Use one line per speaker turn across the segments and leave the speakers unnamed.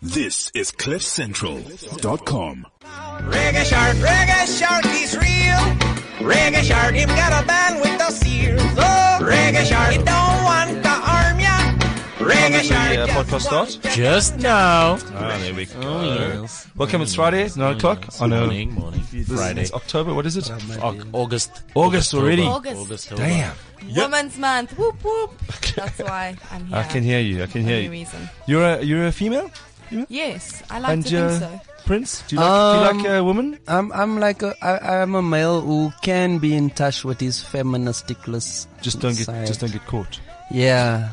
This is CliffCentral.com.
Reggae Shark, Reggae Shark, he's real. Reggae Shark, him got a band with the seals. Oh, Reggae Shark, he don't want to arm ya. Reggae Shark,
the uh,
just
podcast start?
want ya.
Just now.
Ah, there we go.
yes.
Welcome, it's Friday, 9 o'clock on a,
morning, morning. Friday.
it's October, what is it?
Au- August.
August already.
August.
October.
Damn.
Women's Month. Whoop whoop. That's why I'm here.
I can hear you, I can hear
Any
you. Hmm?
reason?
You're a, you're a female?
Yes, I like
And,
to
uh,
think so.
Prince? Do you like, do you like
Um,
a woman?
I'm I'm like a, I, I'm a male who can be in touch with his feministic list.
Just don't get,
side.
just don't get caught.
Yeah.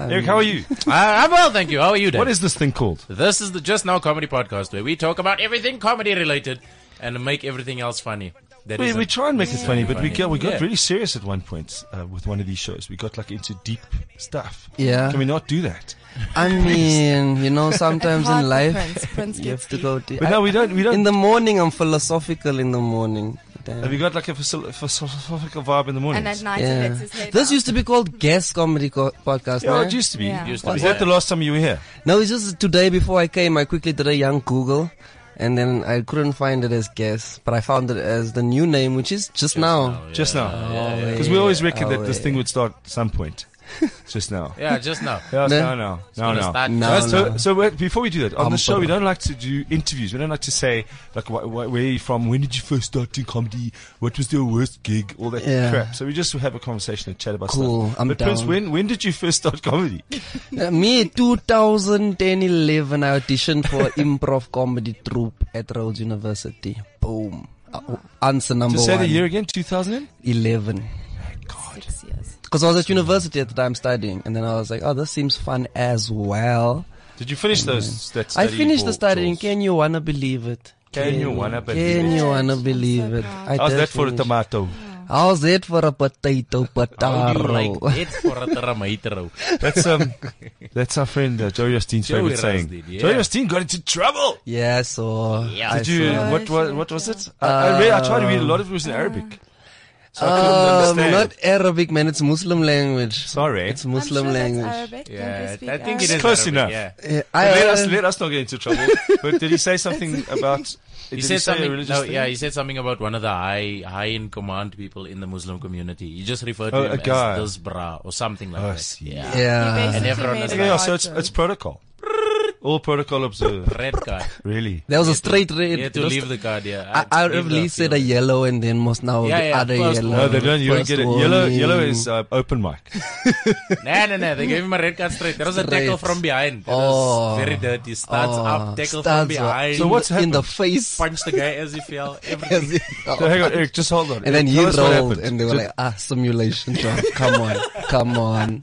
Um,
Eric, how are you?
I, am well, thank you. How are you, Dave?
what is this thing called?
This is the Just Now Comedy Podcast where we talk about everything comedy related and make everything else funny. That
We,
isn't-
we try and make it funny, but we
funny.
got, we got
Yeah.
really serious at one point uh, with one of these shows. We got like into deep stuff.
Yeah.
Can we not do that?
I mean, you know, sometimes
It's hard
in
for
life
Prince. Prince
you have
gets
to go. To,
But no, we don't. We
Uh, in
don't.
the morning, I'm philosophical. In the morning. Damn.
Have you got like a philosoph- philosophical vibe in the morning?
And at night he
yeah.
lets his head
This
out.
used to be called guest comedy co- podcast.
Yeah,
no?
it used to be.
Yeah.
Used to
Was
be.
that the last time you were here?
no, it's just today before I came, I quickly did a young Google, and then I couldn't find it as guest, but I found it as the new name, which is just, now.
yeah.
Just now.
Oh, yeah, Oh,
Because we always reckon
yeah.
that this thing would start at some point. Just now.
Yeah, just now.
Yeah, no, no,
No.
no,
Gonna
no.
start-
No.
Uh, so, so wait, before we do that, on the
Um,
show, we
but-
don't like to do interviews. We don't like to say, like, wh- wh- where are you from? When did you first start doing comedy? What was your worst gig? All that
Yeah.
crap. So we just have a conversation and chat about
Cool,
stuff.
I'm
but Prince,
down.
when, when did you first start comedy?
Uh, me, 2010 11, I auditioned for improv comedy troupe at Rhodes University. Boom. Uh, answer number
Just say
one.
the year again, 2000?
11.
Six years.
Because I was at university at the time studying, and then I was like, oh, this seems fun as well.
Did you finish those, that
Mm. I
study?
finished the
for-
studying.
for-
Can you wanna believe it?
Can you wanna believe
Can
it?
you wanna
I'm so
believe it?
proud.
I
How's
did
Oh, that for a
finish.
tomato?
How's that for a potato
How do
potato?
you like it for a tomato?
That's um, that's our friend uh, Joey Osteen's
Joey
favorite saying.
Rustin, yeah.
Joey Osteen got into trouble.
yeah, so.
Yeah.
oh, I
Did you?
saw-
What was? What was it? I, I, read, I tried to read a lot of it was in Arabic, so I couldn't
Um,
understand.
not Arabic, man. It's Muslim language.
Sorry.
It's Muslim
I'm sure
language.
That's Arabic. Don't
Yeah,
they
I
speak
think
Arabic?
it is
Close
Arabic,
enough.
Yeah.
Uh, I,
let us
uh,
let us not get into trouble. but did he say something about?
He
did
said
say a
something.
religious
No,
thing?
yeah, he said something about one of the high, high in command people in the Muslim community. He just referred to
Oh, a
him
guy.
as this bra or something like
Oh, I
that.
see.
Yeah,
yeah.
He
And everyone
basically
is
made
Okay,
a
yeah, so it's
joke.
it's protocol. All protocol observed.
red card.
really.
That was a straight
You
red.
had to leave the card. Yeah,
I, I
Leave the
really said a
field.
yellow and then most now
Yeah,
the
yeah,
other
first
yellow.
one.
No, they don't. You don't
First
get it. Yellow,
warning.
yellow is uh, open mic.
No, no, no. They gave him a red card straight. There was a
Straight.
tackle from behind. That was
Oh.
very dirty. Starts
Oh,
up, tackle from
studs were
behind.
in
So
the-
what's
in the
happened?
face?
Punch the guy as he fell. Everything.
So
and
hang on, Eric. Just hold on.
then
Eric,
he
tell us what
rolled,
happened.
and they were
Just
like, "Ah, simulation job. Come on, come on,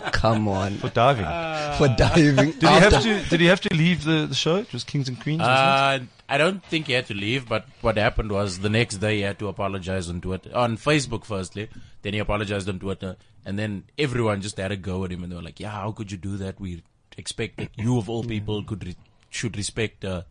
come on."
for diving.
For diving,
did he have
after-
to? Did he have to leave the, the show? It was Kings and Queens. wasn't it?
Uh, I don't think he had to leave, but what happened was the next day he had to apologize on Twitter, on Facebook firstly. Then he apologized on Twitter, and then everyone just had a go at him, and they were like, "Yeah, how could you do that? We expect that you of
Hmm.
all people could re- should respect uh,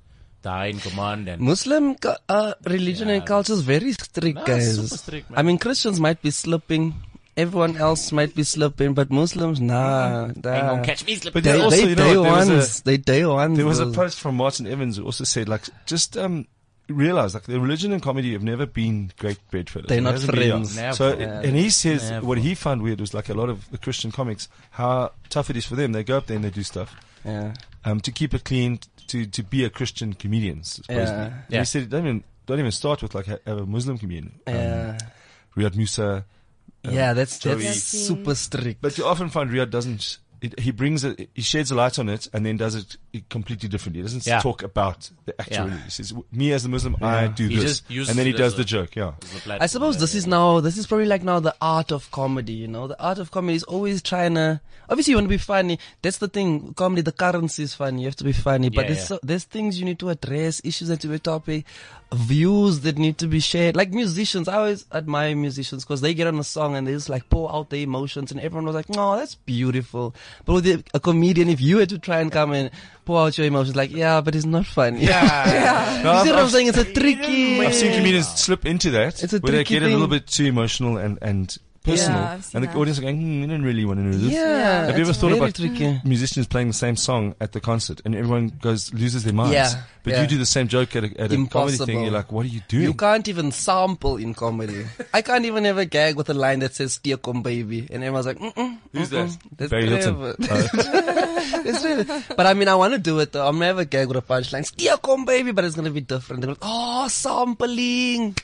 the high in command." And
Muslim cu- uh, religion and culture is very strict,
Nah,
guys.
super strict, man.
I mean, Christians might be slipping. Everyone else might be slipping, but Muslims, nah.
ain't
nah.
gonna catch me slipping.
But
Uh, They,
then also,
they
you know,
day
there was a-
ones. Mm. They day ones.
There was a
those-
post from Martin Evans who also said, like, just um, realize, like, the religion and comedy have never been great bedfellows.
They're
It
not
hasn't been
friends.
young.
Never.
So,
Yeah.
and he says
Never.
what he found weird was like a lot of the Christian comics, how tough it is for them. They go up there and they do stuff
Yeah.
um, to keep it clean, to to be a Christian comedian. Supposedly.
Yeah.
And
Yeah.
He said, don't even don't even start with like ha- have a Muslim comedian. Um,
Yeah.
Riyad Musa,
yeah, that's,
Joey.
that's super strict.
But you often find Riyadh doesn't. It, he brings a, he sheds a light on it and then does it completely differently. He doesn't
Yeah.
talk about the actual.
Yeah.
He says, "Me as a Muslim, I do
He
this,"
just uses
and then he
it
does
as
the
a-
joke. Yeah,
I suppose this is now, this is probably like now the art of comedy, you know? The art of comedy is always trying to, obviously you want to be funny. That's the thing. Comedy, the currency is funny. You have to be funny. but
Yeah,
there's,
yeah.
so, there's things you need to address, issues that to be topic, views that need to be shared. Like musicians, I always admire musicians because they get on a song and they just like pour out their emotions and everyone was like, no, that's beautiful. But with a- a comedian, if you had to try and come and pour out your emotions, like, yeah, but it's not funny.
No,
you see
I've,
what I'm saying? It's a tricky.
I've seen comedians slip into that
It's a
where they
tricky
get a little
thing.
bit too emotional and and personal.
Yeah, I've seen
and the
that.
audience are going, hmm, we didn't really want to know this.
Yeah.
Have you
it's
ever thought
very
about- Hmm.
tricky?
Musicians playing the same song at the concert, and everyone goes loses their minds.
Yeah,
but
yeah.
you do the same joke at a, at a comedy
Impossible.
thing. You're like, what are you doing?
You can't even sample in comedy. I can't even have a gag with a line that says "Dear com baby," and everyone's like, Mm-mm,
Who's
mm-mm. That's
Barry Hilton.
Trevor. It's really- but I mean, I want to do it though. I'm gonna have a gag with a punchline, "Dear com baby," but it's gonna be different. They're like, "Oh, sampling."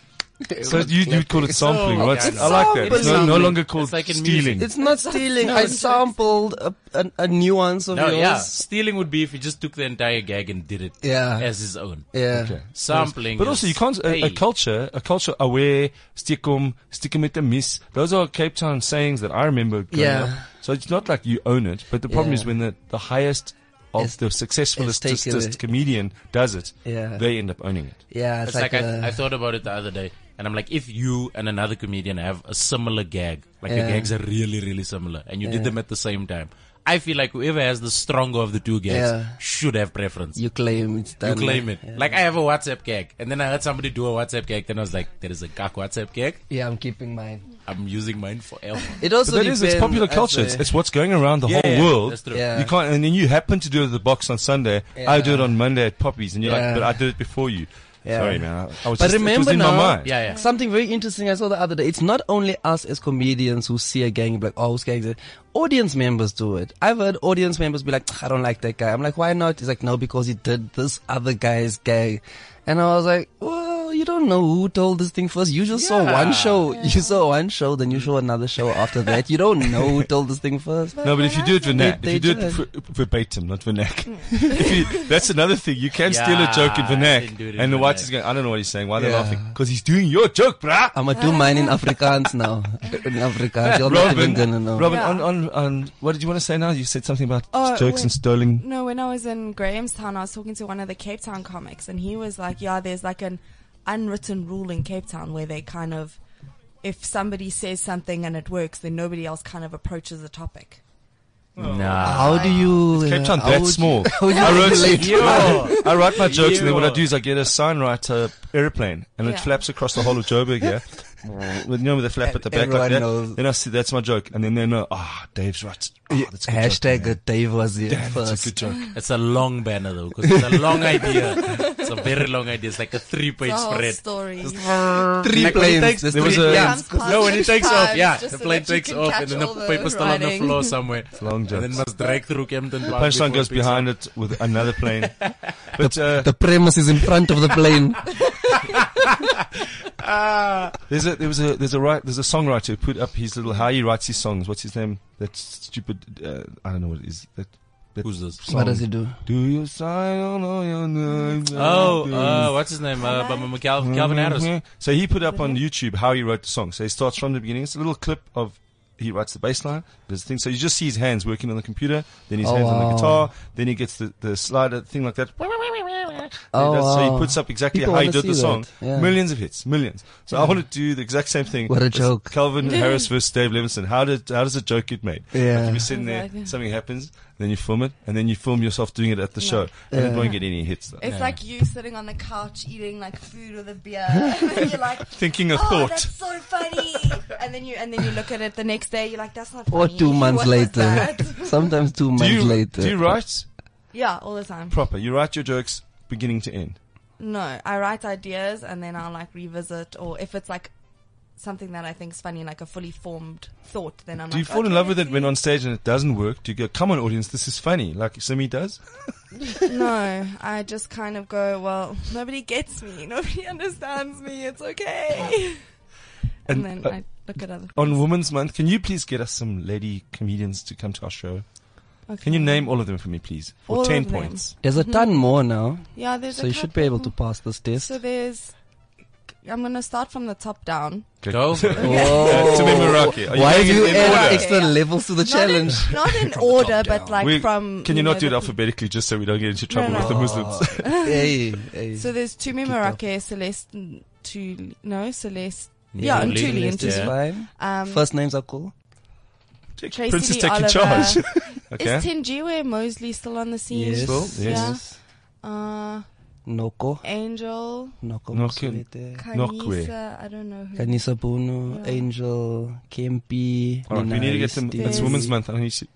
So you you would call it sampling?
So-
right?
Yeah, I know.
I like that. It's no, no
Sampling.
longer called
It's like in
stealing.
music.
It's not stealing. I sampled a, a, a nuance of
No,
yours.
yeah. Stealing would be if he just took the entire gag and did it
Yeah.
as his own.
Yeah.
Okay.
Sampling.
But
is-
also, you can't a, a
Hey.
culture, a culture aware, stickum, stickum with the miss. Those are Cape Town sayings that I remember. Growing
Yeah.
up. So it's not like you own it, but the problem
Yeah.
is when the, the highest of
It's-
the successfulest
it's taken
just-
it.
comedian does it,
Yeah.
they end up owning it.
Yeah, it's,
It's like,
like, a-
I, I thought about it the other day, and I'm like, if you and another comedian have a similar gag, like your
Yeah.
gags are really, really similar, and you
Yeah.
did them at the same time, I feel like whoever has the stronger of the two gags
Yeah.
should have preference. You,
you claim it's done.
claim it.
Yeah.
Like I have a WhatsApp gag, and then I heard somebody do a WhatsApp gag, then I was like, there is a gag WhatsApp gag.
yeah, I'm keeping mine.
I'm using mine forever.
It also
But that is, it's
depends,
popular
I'd
culture. It's,
say.
it's what's going around the whole
yeah,
world.
that's true.
Yeah.
You can't, and then you happen to do it at the box on Sunday. I
Yeah.
do it on Monday at Poppies, and you're
Yeah.
like, but I did it before you.
Yeah.
Sorry, man. I, I was
But
just, it was
remember
in
now,
my mind.
Yeah, yeah.
something very interesting I saw the other day. It's not only us as comedians who see a gang be like, oh, who's gang? is it?" Audience members do it. I've heard audience members be like, I don't like that guy. I'm like, why not? He's like, no, because he did this other guy's gag. And I was like, well, you don't know who told this thing first. You just saw
Yeah.
one show. You saw one show, then you saw another show after that. You don't know who told this thing first.
No, but if you do it vernac,
They-
if you do
they
it
do
ver- verbatim, not vernac. if you, that's another thing. You can steal a joke in
Yeah,
vernac,
I didn't do it in
and the whites
vernac.
is going, I don't know what he's saying. Why are they
Yeah.
laughing? Because he's doing your joke, bruh.
I'm gonna do mine in Afrikaans now. In Afrikaans, you're not
Robin,
even gonna know.
Robin,
Yeah.
on, on, on, what did you want to say now? You said something about
Oh,
jokes
wait.
and stealing.
No, when I was in Grahamstown, I was talking to one of the Cape Town comics, and he was like, "Yeah, there's like an unwritten rule in Cape Town where they kind of, if somebody says something and it works, then nobody else kind of approaches the topic."
nah.
How do you? uh,
Cape Town,
how
that
would you-
small.
would you
I wrote,
Yo.
I write my jokes, and then what I
Yo.
do is I get a signwriter airplane, and it
Yeah.
flaps across the whole of Joburg, yeah. With, you know, with a flap at the back
Everyone
like that.
knows.
Then I see that's my joke, and then they know, ah, Dave's right. Ah, that's a good joke,
Hashtag
man.
Dave was here
Damn, that's
first.
a good joke.
It's a long banner though, because it's a long idea. It's a very long idea. It's like a three-page
The whole
spread.
story.
Three
Like when he
planes.
takes-
There's
there was
three
a-
planes.
Comes past
No, when it
three
takes off,
times,
yeah,
just
the
so
plane
that you
takes
can
off,
catch
and then the
all
paper's still on the
writing.
floor somewhere. It's
long
And then
jokes.
must drag through Kempton. Park
Punchline
before
goes
it picks
behind
up.
it with another plane. But uh,
The premise is in front of the plane.
there's a there was a there's a right there's a songwriter who put up his little how he writes his songs. What's his name? That stupid uh, I don't know what it is. That
Who's this?
what does he do?
do you sign on all your name?
Oh,
Mm-hmm.
uh, what's his name? Uh, Bum- Bum- Cal- Calvin Harris.
So he put up on
Mm-hmm.
YouTube how he wrote the song. So he starts from the beginning. It's a little clip of he writes the bass line. There's a thing. So you just see his hands working on the computer, then his
Oh,
hands on
wow.
the guitar, then he gets the, the slider thing like that.
Oh,
That's- So
wow.
he puts up exactly
People
how he
wanna
did the
see
song.
that, yeah.
Millions of hits, millions. So I want to do the exact same thing.
What a
It's
joke.
Calvin Harris versus Dave Levinson. How did how does a joke get made?
Yeah.
Like if you're sitting there,
Exactly.
something happens, then you film it, and then you film yourself doing it at the show, and it won't get any hits. Though.
It's like you sitting on the couch eating like food with a beer, and then you're like,
Thinking a
"Oh,
thought.
that's so funny!" And then you and then you look at it the next day, you're like, "That's not
Or
funny."
two months
What was
later.
that?"
Sometimes two
do
months
you,
later.
do you write
yeah, all the time.
proper? You write your jokes beginning to end.
No, I write ideas and then I'll like revisit, or if it's like something that I think is funny, like a fully formed thought, then I'm
Do you
like,
fall in
"Okay,
love with it
let's
when on stage and it doesn't work? Do you go, come on, audience, this is funny, like Simi does?
see." No, I just kind of go, well, nobody gets me, nobody understands me, it's okay. And,
And,
then
uh,
I look at other.
On Women's Month, can you please get us some lady comedians to come to our show?
Okay.
Can you name all of them for me, please? Or
All
ten
of them.
points.
There's a ton more now,
Yeah, Hmm. there's.
so
a
you should be able to
couple.
pass this test.
So there's. I'm gonna start from the top down.
Go. for it.
Uh, to
Whoa.
be Meraki. Are
Why
doing
do
it
you
in
add
order?
extra levels to the challenge?
Not in, not in order, but like
We-
from.
can you not
know,
do it
the-
alphabetically just so we don't get into trouble
no.
with the Muslims?
hey, hey.
So there's Tumi
off.
Marake, Celeste, and Tuli. No, Celeste. Yeah, and
Tuli.
Tuli. And
List is
Tuli.
Yeah.
fine.
Um,
First names are cool.
Tracy
Prince is
Lee
taking
Oliver.
charge. okay.
Is Tinjiwe Mosley still on the scene?
Yes.
Well, yes.
Yeah. Uh,
Noko.
Angel,
Noko.
Noko.
Moswete.
Nokwe.
Kanisa, I don't know who.
Kanisa Bono, Angel, Kempi,
All right, we need to get them.
Nenaisti.
It's
There's-
Women's Month. I need to,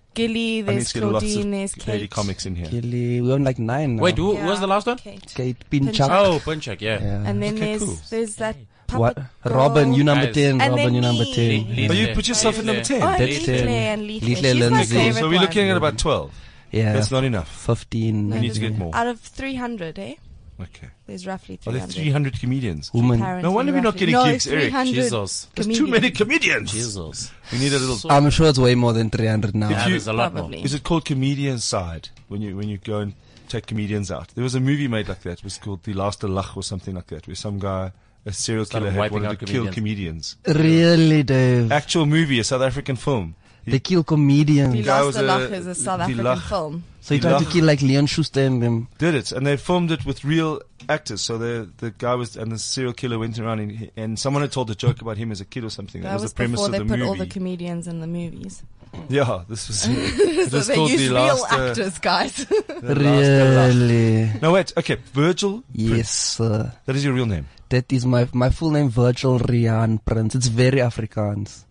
I
Gilly,
need
there's
to get lots
Claudine, there's
of lady
Kate.
comics in here.
Kelly. We're on like nine now.
Wait, who, who
Yeah,
was the last one?
Kate.
Kate Pinchak.
Oh, Punchak, yeah.
Yeah.
And then
Okay,
there's
cool.
there's that puppet
What?
girl.
Robin, you number
Guys.
10.
And
Robin,
then
you number
me.
10.
But you put yourself at number 10.
Oh,
That's
Leafle
ten.
and Leafle.
Leafle
She's my
Lindsay.
favorite
So we're looking
one.
at about 12.
Yeah.
That's not enough.
15.
We need to get more.
Out of 300, eh?
Okay.
There's roughly 300.
Are there 300 comedians?
Woman.
Apparently,
No wonder we're not
roughly.
getting
no,
gigs, Eric.
300
Jesus.
There's too many comedians.
Jesus.
We need a little.
So-
I'm sure it's way more than 300 now.
Yeah,
you-
there's a lot more.
Probably.
Is it called comedian side when you when you go and take comedians out? There was a movie made like that. It was called The Last Lach or something like that, where some guy, a serial
Started
killer, had
wiping
wanted
out
to kill
comedians.
comedians.
Really, Dave.
Actual movie, a South African film.
They kill
The
comedians.
guy
Last
was
of
a-
Lach is a South
the
African
Lach.
film.
So you
The
try to
Lach-
kill like Leon Schuster and them.
did it, and they filmed it with real actors. So the the guy was and the serial killer went around, and, and someone had told a joke about him as a kid or something. That,
That
was,
was
the premise
before
of
they
the
put
movie.
all the comedians in the movies.
yeah, this was. It
So
was
they
called
use
the
real
last. uh,
actors, guys.
The Last Lach.
Really?
No wait, okay, Virgil.
Yes,
Prince.
sir.
that is your real name.
That is my my full name, Virgil Rian Prince. It's very Afrikaans.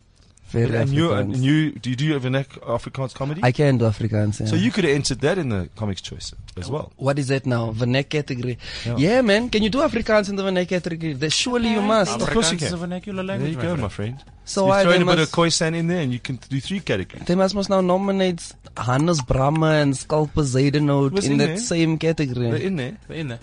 Very
And you, and
Afrikaans.
you, do you do you have an Af- Afrikaans comedy?
I uh, can do Afrikaans. Yeah.
so you could have entered that in the comics choice as well.
What is that now? Vernac category.
Yeah.
Yeah. man. Can you do Afrikaans in the Vernac category? That- Surely you must.
Of course you
Afrikaans is
can.
a vernacular
There
language.
you go, my friend.
So
you
why
throw
they
in a bit of
must,
Khoisan in there, and you can do three categories.
they must must now nominate Hannes Brahma and Skalpa Zaidenote
Was
in
in
that
there.
same
They're
category.
in there.
They're in there.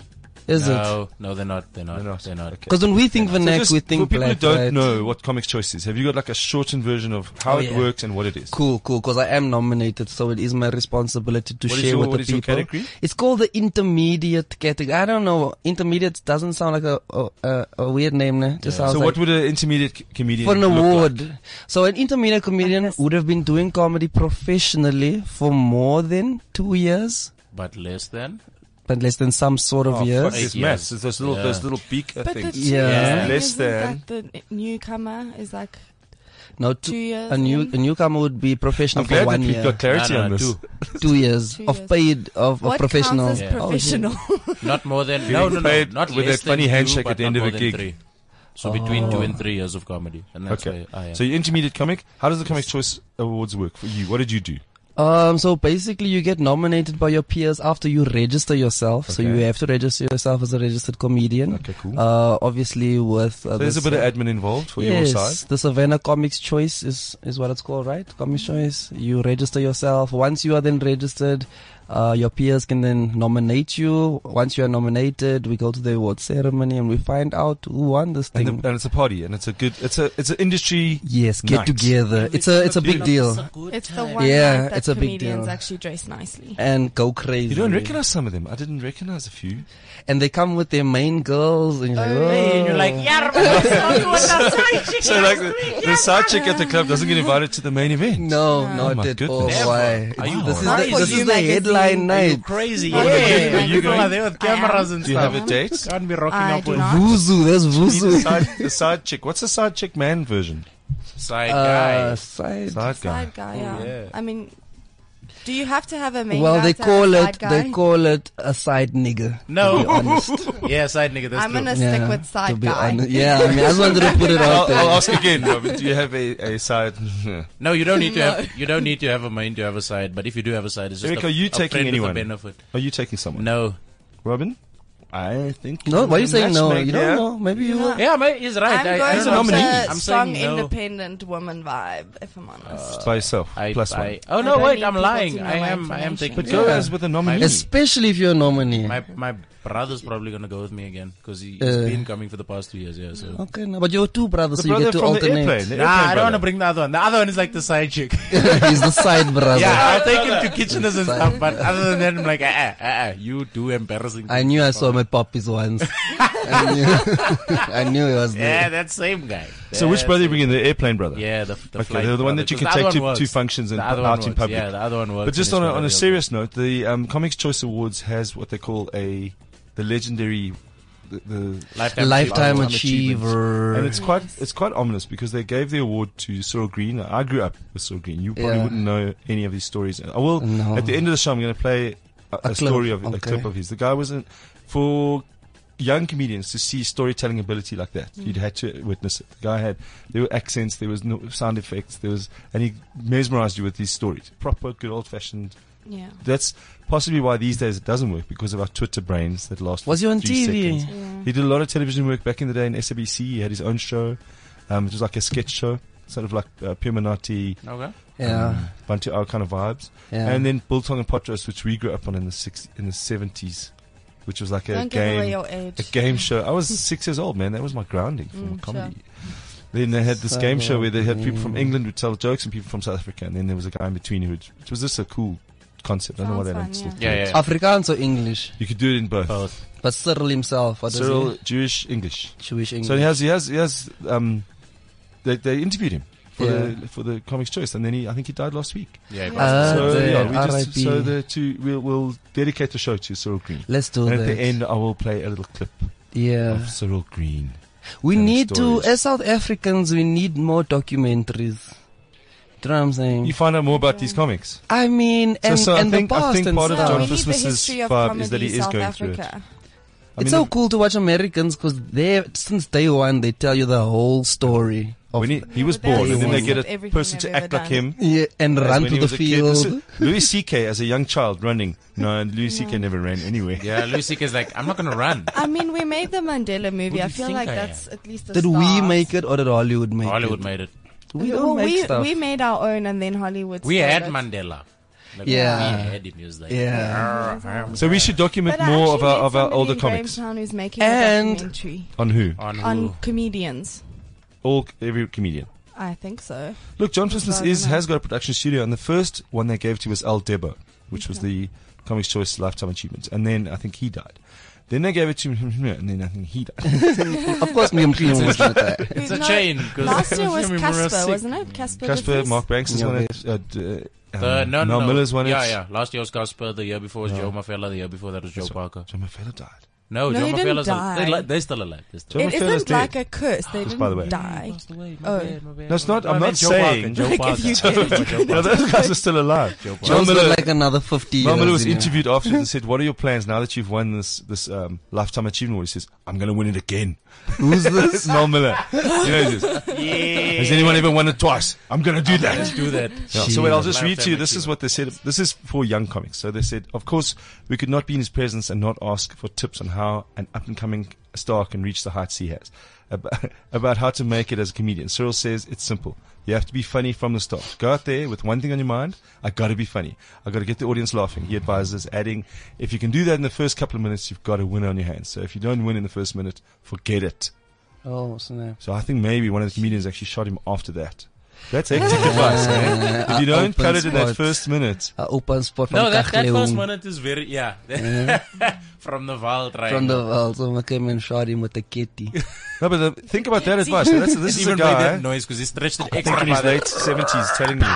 Is it?
no, no, they're not. They're not.
They're
They're
not.
not.
Okay.
Because when we think
So
Vernac,
just
we think
for people
black.
who don't
right?
know what comics choice is, have you got like a shortened version of how
Oh,
it
yeah.
works and what it is?
Cool, cool. Because I am nominated, so it is my responsibility to
What is
share
your-
with
what
the
is your
people.
category?
It's called the intermediate category. I don't know. Intermediate doesn't sound like a a, a, a weird name, ne? Just sounds
So
like
what would an intermediate c- comedian
for an
look
award.
Like?
So an intermediate comedian
Yes.
would have been doing comedy professionally for more than two years,
But less than.
but less than some sort of
Oh,
years.
fuck, it's
Eight
maths.
years.
It's those little,
Yeah.
those little beak uh,
but the
things.
two
Yeah.
years thing,
Less
isn't
than-
that the newcomer is like
No,
two
two,
years.
a new
in?
a newcomer would be professional
I'm
for
glad that
one
we've
year,
got clarity
No, no,
on this.
two.
two years
Two
of
years.
paid of, of
what
professional. Oh,
counts as
Yeah.
professional?
Not more than. No, no, no.
paid
Not
with
less
that funny
than two,
handshake
but
at the end
not
of
more
a
than
gig. Oh.
Three. So between two and three years of comedy, and that's
Okay.
where I am.
So your intermediate comic, how does the Comics Choice Awards work for you? What did you do?
Um, so basically you get nominated by your peers after you register yourself. So you
Okay.
have to register yourself as a registered comedian.
Okay, cool.
Uh, obviously with, uh,
So there's a
this,
bit of
uh,
admin involved for
yes,
your side.
the Savannah Comics Choice is, is what it's called, right? Comics Choice. You register yourself. Once you are then registered, uh, your peers can then nominate you. Once you are nominated, we go to the award ceremony and we find out who won this
And,
thing.
the, and it's a party, and it's a good, it's a, it's an industry.
yes, get
Nice.
together. It's a, it's a big deal.
it's the one
Yeah,
night that
it's a big
comedians
deal.
actually dress nicely.
And go crazy.
You don't recognize some of them. I didn't recognize a few.
And they come with their main girls and you're like,
Oh, Hey, and you're like, yeah,
So like the, the side chick at the club doesn't get invited to the main event.
"Oh, No,
"Ah."
not
Oh my
at
goodness.
all.
Damn,
Why?
are you
this is
crazy?
the, this
You
is the
magazine.
headline
you
night.
crazy.
Are you going? Are
Yeah,
you
people
going?
are there with cameras and
Do you have
stuff.
a date?
Can't be rocking
I
up
do
with
not.
Vuzu, that's
Need the
Vuzu.
side, the side chick. What's the side chick man version?
side
Uh,
guys.
side.
Side guy.
Side guy, yeah.
yeah.
I mean, do you have to have a main
Well,
guy
they
to have a
call
side
it
guy?
they call it a side nigger.
No.
to be honest.
Yeah, side nigga. That's
I'm
true.
gonna
Yeah,
stick with
to
side
be
guy.
honest. Yeah, I mean, I just wanted to put it out
I'll,
there.
I'll ask again. Robin, do you have a, a side?
No, you don't need to have. You don't need to have a main to have a side. But if you do have a side, it's just
Eric,
a,
are you
a
taking
friend with a
anyone?
benefit.
Are you taking someone?
No.
Robin. I think.
no, why are you saying no?
matchmaker.
You don't know. Maybe you. will.
Yeah, mate, he's right.
I'm
I,
going
I
with
don't know.
a
I'm
strong,
saying no.
independent woman vibe, if I'm honest.
It's by yourself.
I,
Plus one.
I, oh
I
no,
don't
wait,
need
I'm
people to
lying.
know
I
my
am. I am taking.
information.
but go
Yeah.
as with a nominee.
Especially if you're a nominee.
My my brother's probably gonna go with me again because he, he's
Uh,
been coming for the past two years. Yeah, so.
okay, no, but you're two brothers,
the
so you
brother
get to
from the airplane. The
alternate.
Nah, I don't want
airplane
to
brother.
bring the other one. The other one is like the side chick.
He's the side brother.
yeah, I'll take him to kitcheners and stuff. But other than that, I'm like, ah, ah, ah, you do embarrassing.
I
things.
knew I saw my puppies once. I knew, I knew it was
Yeah,
there.
that same guy.
So which
That
brother you
same-
bringing? The airplane brother.
Yeah, the, the
Okay,
flight
the, the one
brother,
that you
'cause
can
the
take
other
to
one
two
works.
functions and
The other one
out in
works.
public.
Yeah, the other one works.
But just on
and
a,
it's
on a
got
serious note, the um, Comics Choice Awards has what they call a the legendary the, the
lifetime,
Lifetime
achievement.
achiever.
and it's quite it's quite ominous because they gave the award to Cyril Green. I grew up with Cyril Green. You probably
Yeah.
wouldn't know any of these stories. I will
No.
at the end of the show. I'm going to play a,
A
a story
clip,
of a
okay.
clip of his. The guy wasn't for young comedians to see storytelling ability like that.
Mm.
You'd had to witness it. The guy had there were accents, there was no sound effects, there was, and he mesmerized you with these stories. Proper, good old fashioned.
Yeah.
That's possibly why these days it doesn't work because of our Twitter brains that last.
Was he on
three
TV?
seconds. He did a lot of television work back in the day in SABC. He had his own show, um, it was like a sketch show, sort of like uh, Pure Minotti,
Okay.
Yeah.
Bunty Hour kind of vibes.
Yeah.
Mm. And then Biltong and Pot Roast, which we grew up on in the six, in the seventies, which was like a
Don't give away
game
your age.
a game show. I was six years old, man. That was my grounding from
Mm,
comedy. Then they had this
So
game show where they had people from
mm.
England who tell jokes and people from South Africa, and then there was a guy in between who, would- which was just a cool concept. I don't know why they
Sounds
don't still
fun,
do
Yeah,
it.
yeah.
Afrikaans or English?
You could do it in both.
Both.
But Cyril himself, what
Cyril,
does
Jewish, English.
he? Jewish English.
So he has, he has, he has. Um, they, they interviewed him for
Yeah.
the for the Comics Choice, and then he, I think he died last week.
Yeah.
Yeah.
both.
Ah,
So,
there,
yeah, we just,
RIP.
so the two, we'll, we'll dedicate the show to Cyril Green.
Let's do
And
that.
at the end, I will play a little clip
yeah.
of Cyril Green.
We
telling
need
stories.
to, as South Africans, we need more documentaries. Do you know what I'm saying?
You find out more about these comics.
I mean,
So-
and,
so I
and
think-
the
I
past
think
and
part of
stuff.
John
we need the
Christmas's
history of
vibe is that
comedy
he is
South
going through it.
Africa.
I
it's
mean,
so cool to watch Americans because they, since day one, they tell you the whole story. Of,
when he, he was
but that's
born, and then they
the
get
sense of
a
everything
person
they've
to
ever
act like
done.
him.
yeah, and
as
run
when he
to the
was a kid. This
field.
is- Louis C.K. as a young child running. No, Louis C.K. never ran anywhere.
Yeah, Lucy is like, I'm not gonna run.
I mean, we made the Mandela movie.
do
I
you
feel
think
like
I
that's at least the
Did we
start.
make it or did Hollywood make
Hollywood
it?
made it.
We all
well,
make
we,
stuff.
we made our own, and then Hollywood.
We
stole
had
it.
Mandela. Like,
Yeah.
We had him. He was like,
yeah.
So we should document
But I
more of
actually
our,
met
of our
somebody
older
in
comics.
Grahamstown who's making
And-
a documentary
On who?
on,
on
who?
comedians.
All every comedian.
I think so.
Look, John Christmas
Well, I
is
don't know.
has got a production studio, and the first one they gave to was Al Debo, which was the Comics Choice Lifetime Achievement, and then I think he died. Then they gave it to him, and then I think he died.
of course, me and Clean was not there.
It's
We-
a
no,
chain. 'cause-
Last year was
remember us
Casper,
sick.
wasn't it? Casper. the
Casper,
Fleece?
Mark Banks is
Yeah,
one. It, uh, d- uh,
The,
um,
no, no,
Mel
no.
Miller's one.
Yeah,
it.
yeah. Last year was Casper. The year before was Joe Mafella. The year before that was Joe Parker.
John Mafella died.
No,
No,
Joe
he didn't
Mafella's al- they
die.
li- they're still alive. They're still
Joe
It
Mafella's
isn't like
dead.
a curse. They
Just
didn't
by the way.
die.
alive.
Oh.
No, it's not-
I
I'm
meant
not
Joe
saying-
Parker, Joe
Like,
Parker.
if you
Joe Parker.
No, those guys are still alive. Mel
John's got
Miller,
like another 50 years.
Mel Miller was
you know.
interviewed afterwards and said, "What are your plans now that you've won this this um, lifetime achievement award?" He says, "I'm going to win it again."
Who's this?
Mel Miller. You know, he says, Has anyone ever won it twice? I'm going to do that.
Let's do that.
Yeah, So wait, I'll just
Lifetime
read to you. This is what they said. This is for young comics. So they said, of course, we could not be in his presence and not ask for tips on how an up and coming star can reach the heights he has. Ab- About how to make it as a comedian. Cyril says it's simple. You have to be funny from the start. Go out there with one thing on your mind. I gotta be funny. I gotta get the audience laughing. He advises, adding, if you can do that in the first couple of minutes, you've got a winner on your hands. So if you don't win in the first minute, forget it.
oh, snap.
So I think maybe one of the comedians actually shot him after that. That's hectic advice, man. If you don't
open
cut it in that
spot.
first minute,
A open spot from
No, that, that
Kagleung.
first minute is very, yeah. From the Val triangle.
From the world. Someone came and shot him with a kitty.
no, but the, think about that advice.
See,
That's, this
He
is a
even made that
guy
noise because he stretched it
I think
extra
in his
by the-
late seventies telling you.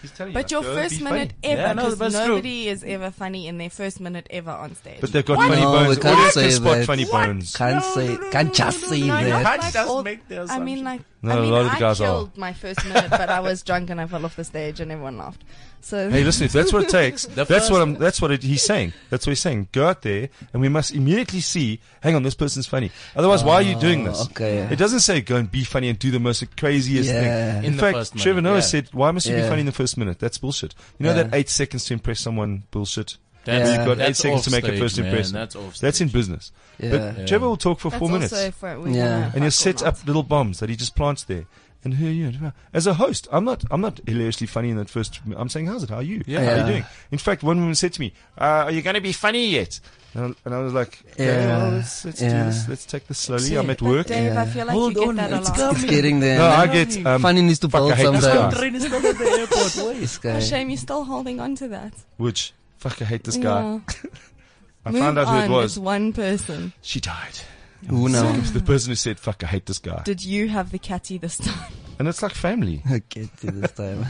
He's telling you,
But your
"Go be
first
funny."
minute ever,
Yeah, no,
'cause
that's true.
nobody is ever funny in their first minute ever on stage.
But they've got
What?
funny
No,
bones.
we can't
Audience can
say
spot
that.
funny
What?
bones.
Can't say, can't just say that.
Like all- I mean, like
No,
I
a
mean,
lot of the
I
guys are.
killed my first minute, but I was drunk and I fell off the stage and everyone laughed. So
Hey, listen, if that's what it takes, that's
first-
what I'm, that's what it, he's saying. That's what he's saying. Go out there and we must immediately see, hang on, this person's funny. Otherwise, why are you doing
Oh,
this?
okay, yeah.
It doesn't say go and be funny and do the most craziest
Yeah.
thing.
In
In,
the
fact,
first minute,
Trevor Noah
yeah.
said, why must you be
Yeah.
funny in the first minute? That's bullshit. You know
Yeah.
that eight seconds to impress someone bullshit?
That's-
You've got eight
that's
seconds to make a
offstage,
first
man.
impression.
That's offstage.
That's in business. But
Yeah.
Trevor will talk for
that's
four minutes.
also if we're- we wanna
Yeah. And
fuck
and
or
he'll set
not.
up little bombs that he just plants there. And who are you? As a host, I'm not. I'm not hilariously funny in that first. I'm saying, how's it? How are you?
Yeah.
How are
Yeah.
you doing? In fact, one woman said to me, uh, "Are you going to be funny yet?" And I, and I was like, "Yeah,
Yeah.
well, let's, let's do
Yeah.
this. Let's take this slowly. I'm at work.
Dave, I
Yeah.
feel like
Hold
you get
on,
that a
it's
lot.
coming.
It's getting there.
No, I
man.
get um,
Funny needs to
fuck,
build
I hate this
sometimes.
guy.
This guy.
Shame you're still holding on to that.
Which fuck, I hate this guy.
Yeah.
I
Move
found out who
on,
it was.
It's one person.
She died.
Who
It
now?
was the person who said, "Fuck, I hate this guy,"
Did you have the catty this time?
and it's like family.
A kitty this time.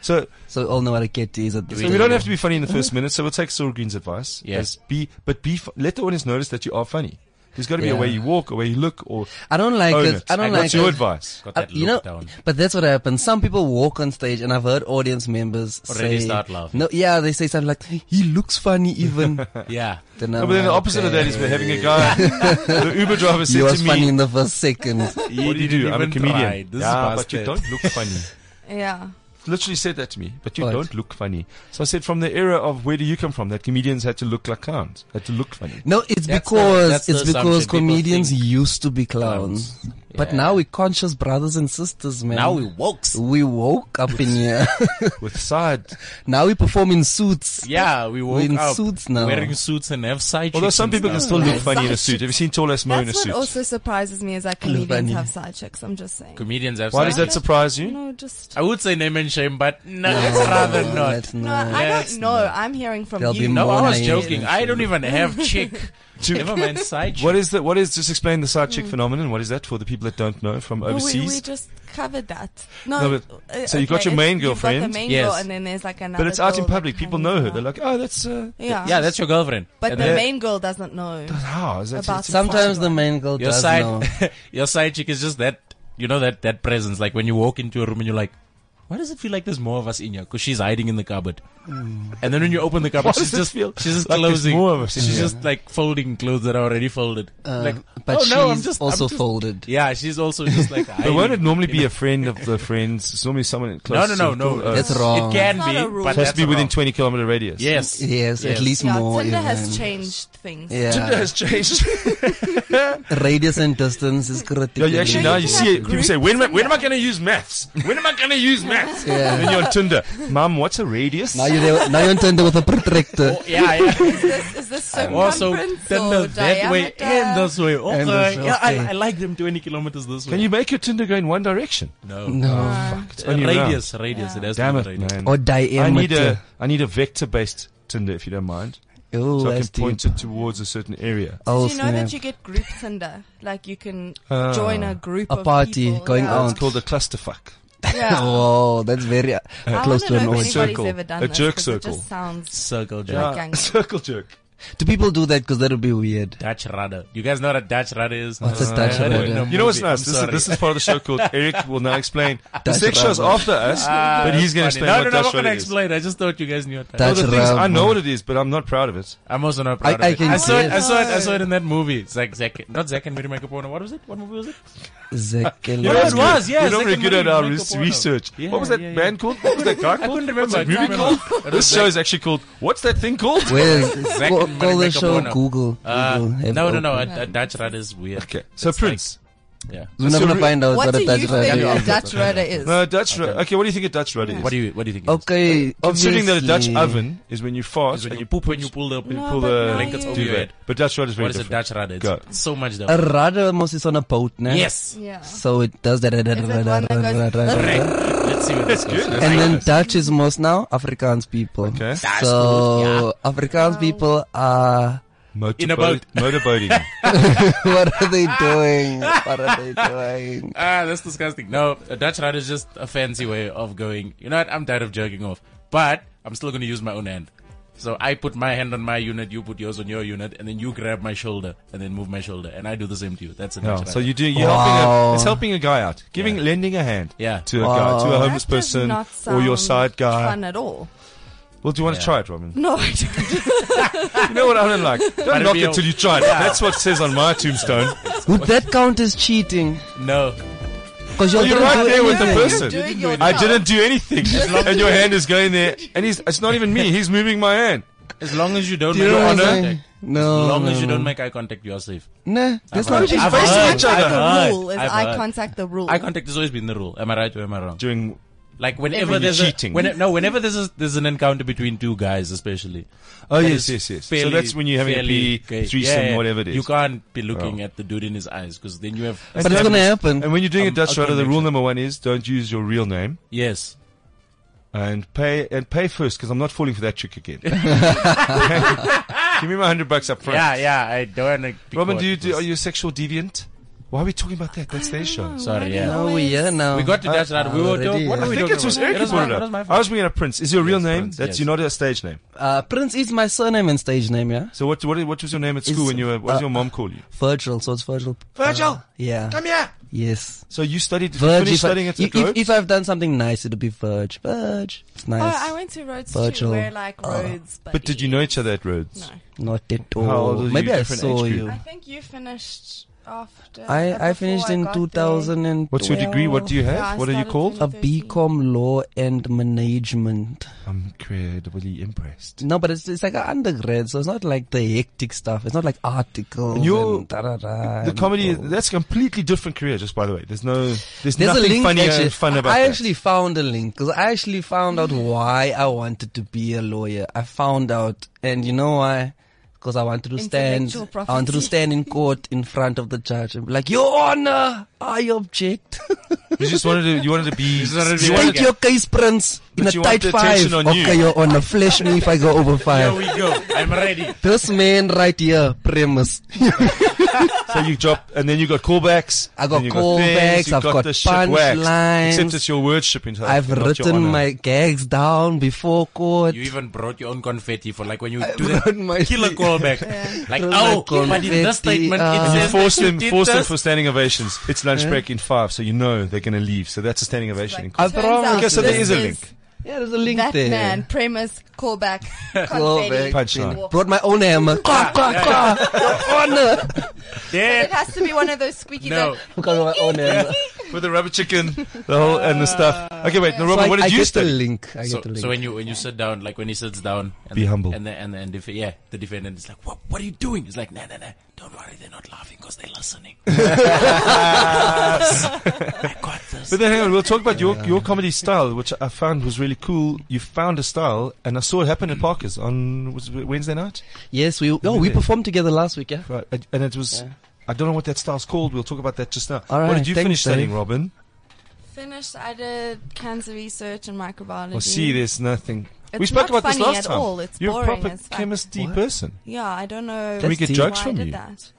So,
so we all know what a kitty is at this
so we don't have to be funny in the first minute. So we'll take Saul Green's advice.
Yeah.
Yes, be but be fu- let the audience notice that you are funny. There's got to be a
Yeah.
way you walk, a way you look, or
I don't like
own
it.
it.
I don't
And
like
What's your
it.
advice?
Got
Uh,
that
you know,
look down.
but that's what happens. Some people walk on stage, and I've heard audience members
Already
say,
start laughing.
No, yeah, they say something like, "He looks funny," even.
Yeah.
Then
No,
I'm
but then the
like,
opposite of that is
"Okay."
we're having a guy. the Uber driver
You
said
was
to
funny
me,
in the first second.
"What do you
didn't
do? I'm a
even
comedian."
try. This is
yeah, but you
busted.
don't look funny.
Yeah.
Literally said that to me. But you
Right.
don't look funny. So I said, from the era of where do you come from? That comedians had to look like clowns. Had to look funny.
No,
That's
it's
the-
because
that's the
it's because
assumption people
comedians
think.
used to be clowns, but
Yeah.
now we're conscious brothers and sisters, man.
Now we wokes.
we woke up in here.
With side.
now we perform in suits.
Yeah, we woke
We're in
up
suits now.
wearing suits and have side
Although
chicks
some
and
people can
stuff.
still look funny in a suit. Have you seen Tall Ass Mo in a
That's what
suit?
also surprises me is that comedians
Funny.
have side chicks. I'm just saying.
comedians have.
Why
side
does that
chicks.
surprise you?
No, just.
I would say name and shame, but no, it's rather
Oh,
not.
that's
No,
not-
I
That's
don't know. I'm hearing from
There'll
you.
be
No, I
Mona
was
is-
joking. I don't even have chick. Never mind side chick.
What is the, what is, just explain the side chick phenomenon. What is that for the people that don't know from
Hmm. Well, we, we
overseas?
just covered that. No, uh,
No, but- so you've got your main
You've got
girlfriend.
the main
Yes.
girl, and then there's like another.
But it's out in
girl that
public. People
hangs
know her.
around.
They're like, oh, that's, uh,
yeah,
Yeah, that's your girlfriend.
But
And
the
then
main girl doesn't know.
how? Is that,
About
it's
Sometimes the main girl
your
does know.
side, your side chick is just that. You know that that presence, like when you walk into a room and you're like, why does it feel like there's more of us in here? Because she's hiding in the cupboard. And then when you open the cupboard,
Mm. does
she's
it
just
feel
she's just
like there's
closing.
more of us in
she's
here?
just like folding clothes that are already folded.
Uh,
like,
but
oh
she's
no, I'm just I'm
also
just-
folded.
Yeah, she's also just like.
But
hiding.
won't it normally be a friend of the friends? It's normally someone
No,
close.
no, no,
to-
no.
uh,
That's
it
wrong.
It can
That's
be,
not a rule.
but
It
has to
that's
be within
wrong.
20 kilometer radius.
Yes.
Yes, at
Yes.
least
Yeah,
more.
Tinder
even.
has changed things.
Yeah.
Tinder has changed.
Radius and distance is critical.
no, you actually now
you
you
can
see
have
it. People say,
group
"When am I, when am I going to use maths? When am I going to use maths?" And then you're on Tinder. Mom, what's a radius?
Now you're there, now you're on Tinder with a protractor.
Yeah, yeah.
Is this, is this circumference
also,
or
Tinder that way
diameter?
and this way. Okay.
And this way,
Yeah, I,
okay.
I like them 20 kilometers this way.
Can you Mm. make your Tinder go in one direction?
No.
No.
It's
Uh,
only round.
radius, radius. It has
Damn
to
it,
be radius. Oh,
man.
Or
I
diameter.
need a I need a vector based Tinder if you don't mind,
oh,
so I can
that's
point
deep.
it towards a certain area.
Oh,
Did you know
snap.
that you get group Tinder? Like you can
Ah.
join a group,
A
of
party
people.
going
yeah.
out.
It's called a clusterfuck.
Yeah.
Whoa, that's very uh,
I
close
wanna
to an
know if
audience.
anybody's
circle.
ever done
A
this,
jerk
'cause It
circle.
just sounds.
Circle jerk.
Yeah. Gang.
Ah, circle jerk.
Do people do that? Because that would be weird.
Dutch rudder. You guys know what a Dutch rudder is?
What's a Dutch
I heard it in
rudder?
a
You know
You know what's
movie.
nice?
I'm
This is,
sorry.
this is part of the show called Eric will now explain. The
Dutch
sex show's
rubber.
after us,
Ah,
but he's going to explain
funny. No,
what
no, no,
Dutch
I'm not gonna
rubber is.
explain. I just thought you guys knew what Dutch
Well,
Dutch
the thing is, I
rubber.
know what it is, but I'm not proud of it.
I'm also not
I-
proud
I
of it.
can
I saw
see
it.
it.
I saw it. I saw it in that movie. It's like Zack, not Zack and Mary Michael Porno. What was it? What movie was it?
Zekele.
You know
what's
it was,
good?
yeah,
We're not
second
very good
movie,
at our
Michael
res-
Porno.
research.
Yeah,
what was that
yeah,
band called? What was that guy
I
called?
couldn't remember. I
What's that
can't
movie
remember.
called?
It was
This show
Zack-
is actually called What's That Thing Called?
Where's
Zack
call,
and
call the
Monica
show
Bono.
Google?
Uh,
Google. Have
no, no,
open.
no. A, a Dutch rudder is weird.
Okay, so
It's
Prince.
like- yeah.
We're not
So
gonna
re-
find out
What
what,
do
a
you
Dutch
think a
rudder is.
Dutch rudder is?
No, Dutch. Okay. okay, what do you think a Dutch rudder is?
What do you What do you think? it
Oh,
is?
Okay,
Considering that a Dutch
obviously-
oven is when you fart
It's when
and
you
you
poop when you pull the
No,
pull
but
the
now
blankets
you-
over your head.
But Dutch rudder is very
What is a
different.
Dutch rudder?
Go.
It's so much
A
though.
rudder must is on a boat, ne?
Yes.
Yeah.
So it does that.
it one that goes-
Let's see what this goes.
good.
And then Dutch is most now Afrikaans people.
Okay.
So Afrikaans people are.
Motorboat,
In a boat.
Motorboating.
what are they doing? What are they doing?
Ah, that's disgusting. No, a Dutch rudder is just a fancy way of going. You know what? I'm tired of jerking off, but I'm still going to use my own hand. So I put my hand on my unit, you put yours on your unit, and then you grab my shoulder and then move my shoulder, and I do the same to you. That's a Dutch
Yeah,
rudder.
so you do you're helping
Wow.
a, it's helping a guy out, giving
Yeah.
lending a hand
Yeah.
to a guy, to a homeless
That does
person
not
or your
sound
side guy.
Fun at all?
Well, do you want
Yeah.
to try it, Robin?
No, I don't.
you know what I don't like? Don't
it'd
knock
be a-
it till you try it. That's what it says on my tombstone.
Would that count as cheating?
no,
Because you're,
Well, Oh, you're right there with the person.
You're doing your
I
job.
didn't do anything, and your hand is going there, and he's—it's not even me. He's moving my hand.
as long as you don't
You
make
know
eye
what I'm
contact,
saying?
as
No.
long
no,
as you
no.
don't make eye contact, you're safe.
Nah, that's
I've
not
heard-
cheating.
I've
facing
heard-
each other.
I've
The
heard,
rule is
I've
eye
heard.
contact. The rule.
Eye contact has always been the rule. Am I right or am I wrong?
During
Like whenever
When you're
there's a-
cheating.
when, no, whenever there's a, there's an encounter between two guys, especially.
oh
That
yes,
is
yes, yes. so
fairly-
that's when you're having a
fairly
pee,
gay.
threesome,
Yeah, yeah.
whatever it is.
You can't be looking
Oh.
at the dude in his eyes because then you have.
And
But it's
then-
gonna happen.
And when you're doing a
Um,
Dutch
a
rudder, the rule
conviction.
number one is don't use your real name.
Yes.
and pay and pay first because I'm not falling for that trick again. Give me my hundred bucks up front.
Yeah, yeah. I don't want to.
Robin, do you do, are you a sexual deviant? Why are we talking about that? That's their show.
Sorry, yeah.
No, we here now.
We got to that right. We were
already,
talking. What
yeah.
were
Oh, I
we
think
talking
it was
about?
Eric
It
who
was
brought it
my- it was
up.
my fault.
I was bringing up Prince. Is your real name?
Prince,
That's
yes.
you're not a stage name.
uh, Prince is my surname and stage name, yeah?
So what, what what was your name at school
It's-
when you were? What
uh,
does your mom call you?
Virgil, so it's Virgil. Uh,
Virgil,
Yeah.
come here.
Yes.
So you studied? Did you
Virg.
finish
If, I,
studying at the
if, if-
Globe?
if I've done something nice, it'll be Verge. Verge. It's nice.
Oh, I went to Rhodes
Virgil. Oh.
too. We're like Rhodes,
but did you know each other at Rhodes?
No.
Not at
How old
all.
are you?
Maybe I
Different
saw
age
you.
group.
I think you finished after. uh,
I, I
before
finished in
got there.
2000 and
What's your degree? What do you have?
Yeah, I
what are you
started
called?
in-
A BCom law and management.
I'm incredibly impressed.
No, but it's, it's like an undergrad, so it's not like the hectic stuff. It's not like articles.
You're-
and da-da-da
The
and
comedy
all.
that's a completely different career. Just by the way, there's no there's,
There's a
nothing
link
funny
actually.
and fun about
I
that.
actually found a link because I actually found out why I wanted to be a lawyer. I found out, and you know why? Because I wanted to stand.
Intellectual
I wanted to
property.
stand in court in front of the judge and be like, "Your Honor, I object.
you just wanted to you wanted to be.
wanted to
you
be-
wanted
Take
to-
your case, Prince, in
But
a
you want
tight
the
five.
attention on you.
Okay, Your Honor, flash me if I go over
Here
five.
we go. I'm ready.
This man right here, premise.
so you drop and then you got callbacks.
I got
then you
callbacks,
you
I've got
the shit waxed.
punchlines.
Except it's your worship in South
I've
Africa, not your
written
honor.
my gags down before court.
You even brought your own confetti for like when you do that
brought my-
killer callback. Like,
Throw
oh,
my
but in
confetti,
this statement,
uh,
it
You
says
force
that you
them,
did
force them
this.
for standing ovations. It's lunch break in five, so you know they're going to leave. So that's a standing ovation. in
Like,
court.
I've-
turns
Okay,
out
so there
this
is a link.
yeah, there's a link
That
there.
man, premise, callback,
Callback.
confetti.
Punchline.
Walk.
Brought my own hammer. Quack, quack, quack. Your honor.
It
Damn.
has to be one of those squeaky.
No.
that-
Because of my own hammer.
With the rubber chicken, the whole and the stuff. Okay, wait, no,
So
Robin,
I,
what did
I
you
get the
study?
link. I get
So,
the link.
so when you when you sit down, like when he sits down, and
Be
the-
humble.
And the, and the, and the, yeah, the defendant is like, "What what are you doing?" He's like, "Nah, nah, nah. Don't worry, they're not laughing because they're listening." I got this.
But then hang on, we'll talk about your your comedy style, which I found was really cool. You found a style, and I saw it happen at Parker's on was it Wednesday night,
yes, we oh, we
Yeah.
performed together last week, yeah.
right? and- And it was. I don't know what that style's called. We'll talk about that just now.
All
what
right,
did you
thanks,
finish studying,
Dave.
Robin?
Finished. I did cancer research and microbiology.
Well, Oh, see, there's nothing. we
It's
spoke
not
about this
funny
last
at
time.
all. It's
You're a
boring
proper
as fuck.
chemistry
What?
person.
Yeah, I don't know.
Can we
That's
get
deep.
jokes
why
from
I did
you?
that.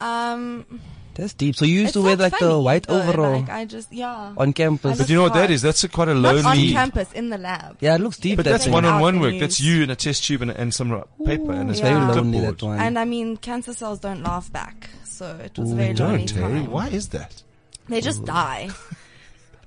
Um,
That's deep. So you used
it's
to wear
not
like the
funny,
white
though,
overall
Like I just yeah.
Oh,
on campus.
I
But you know what that is? That's a quite a
Not on
lonely.
campus in the lab.
yeah, it looks deep.
But
that
that's
Thing.
one
one.
on one
Out
work.
the
That's
news.
you and a test tube and, and some ro- paper and it's
Ooh,
very
Yeah.
lonely.
clipboard.
That one.
And I mean, cancer cells don't laugh back, so it was a
Ooh.
very
They
lonely
Don't, eh? Terry.
time.
Why is that?
They just die.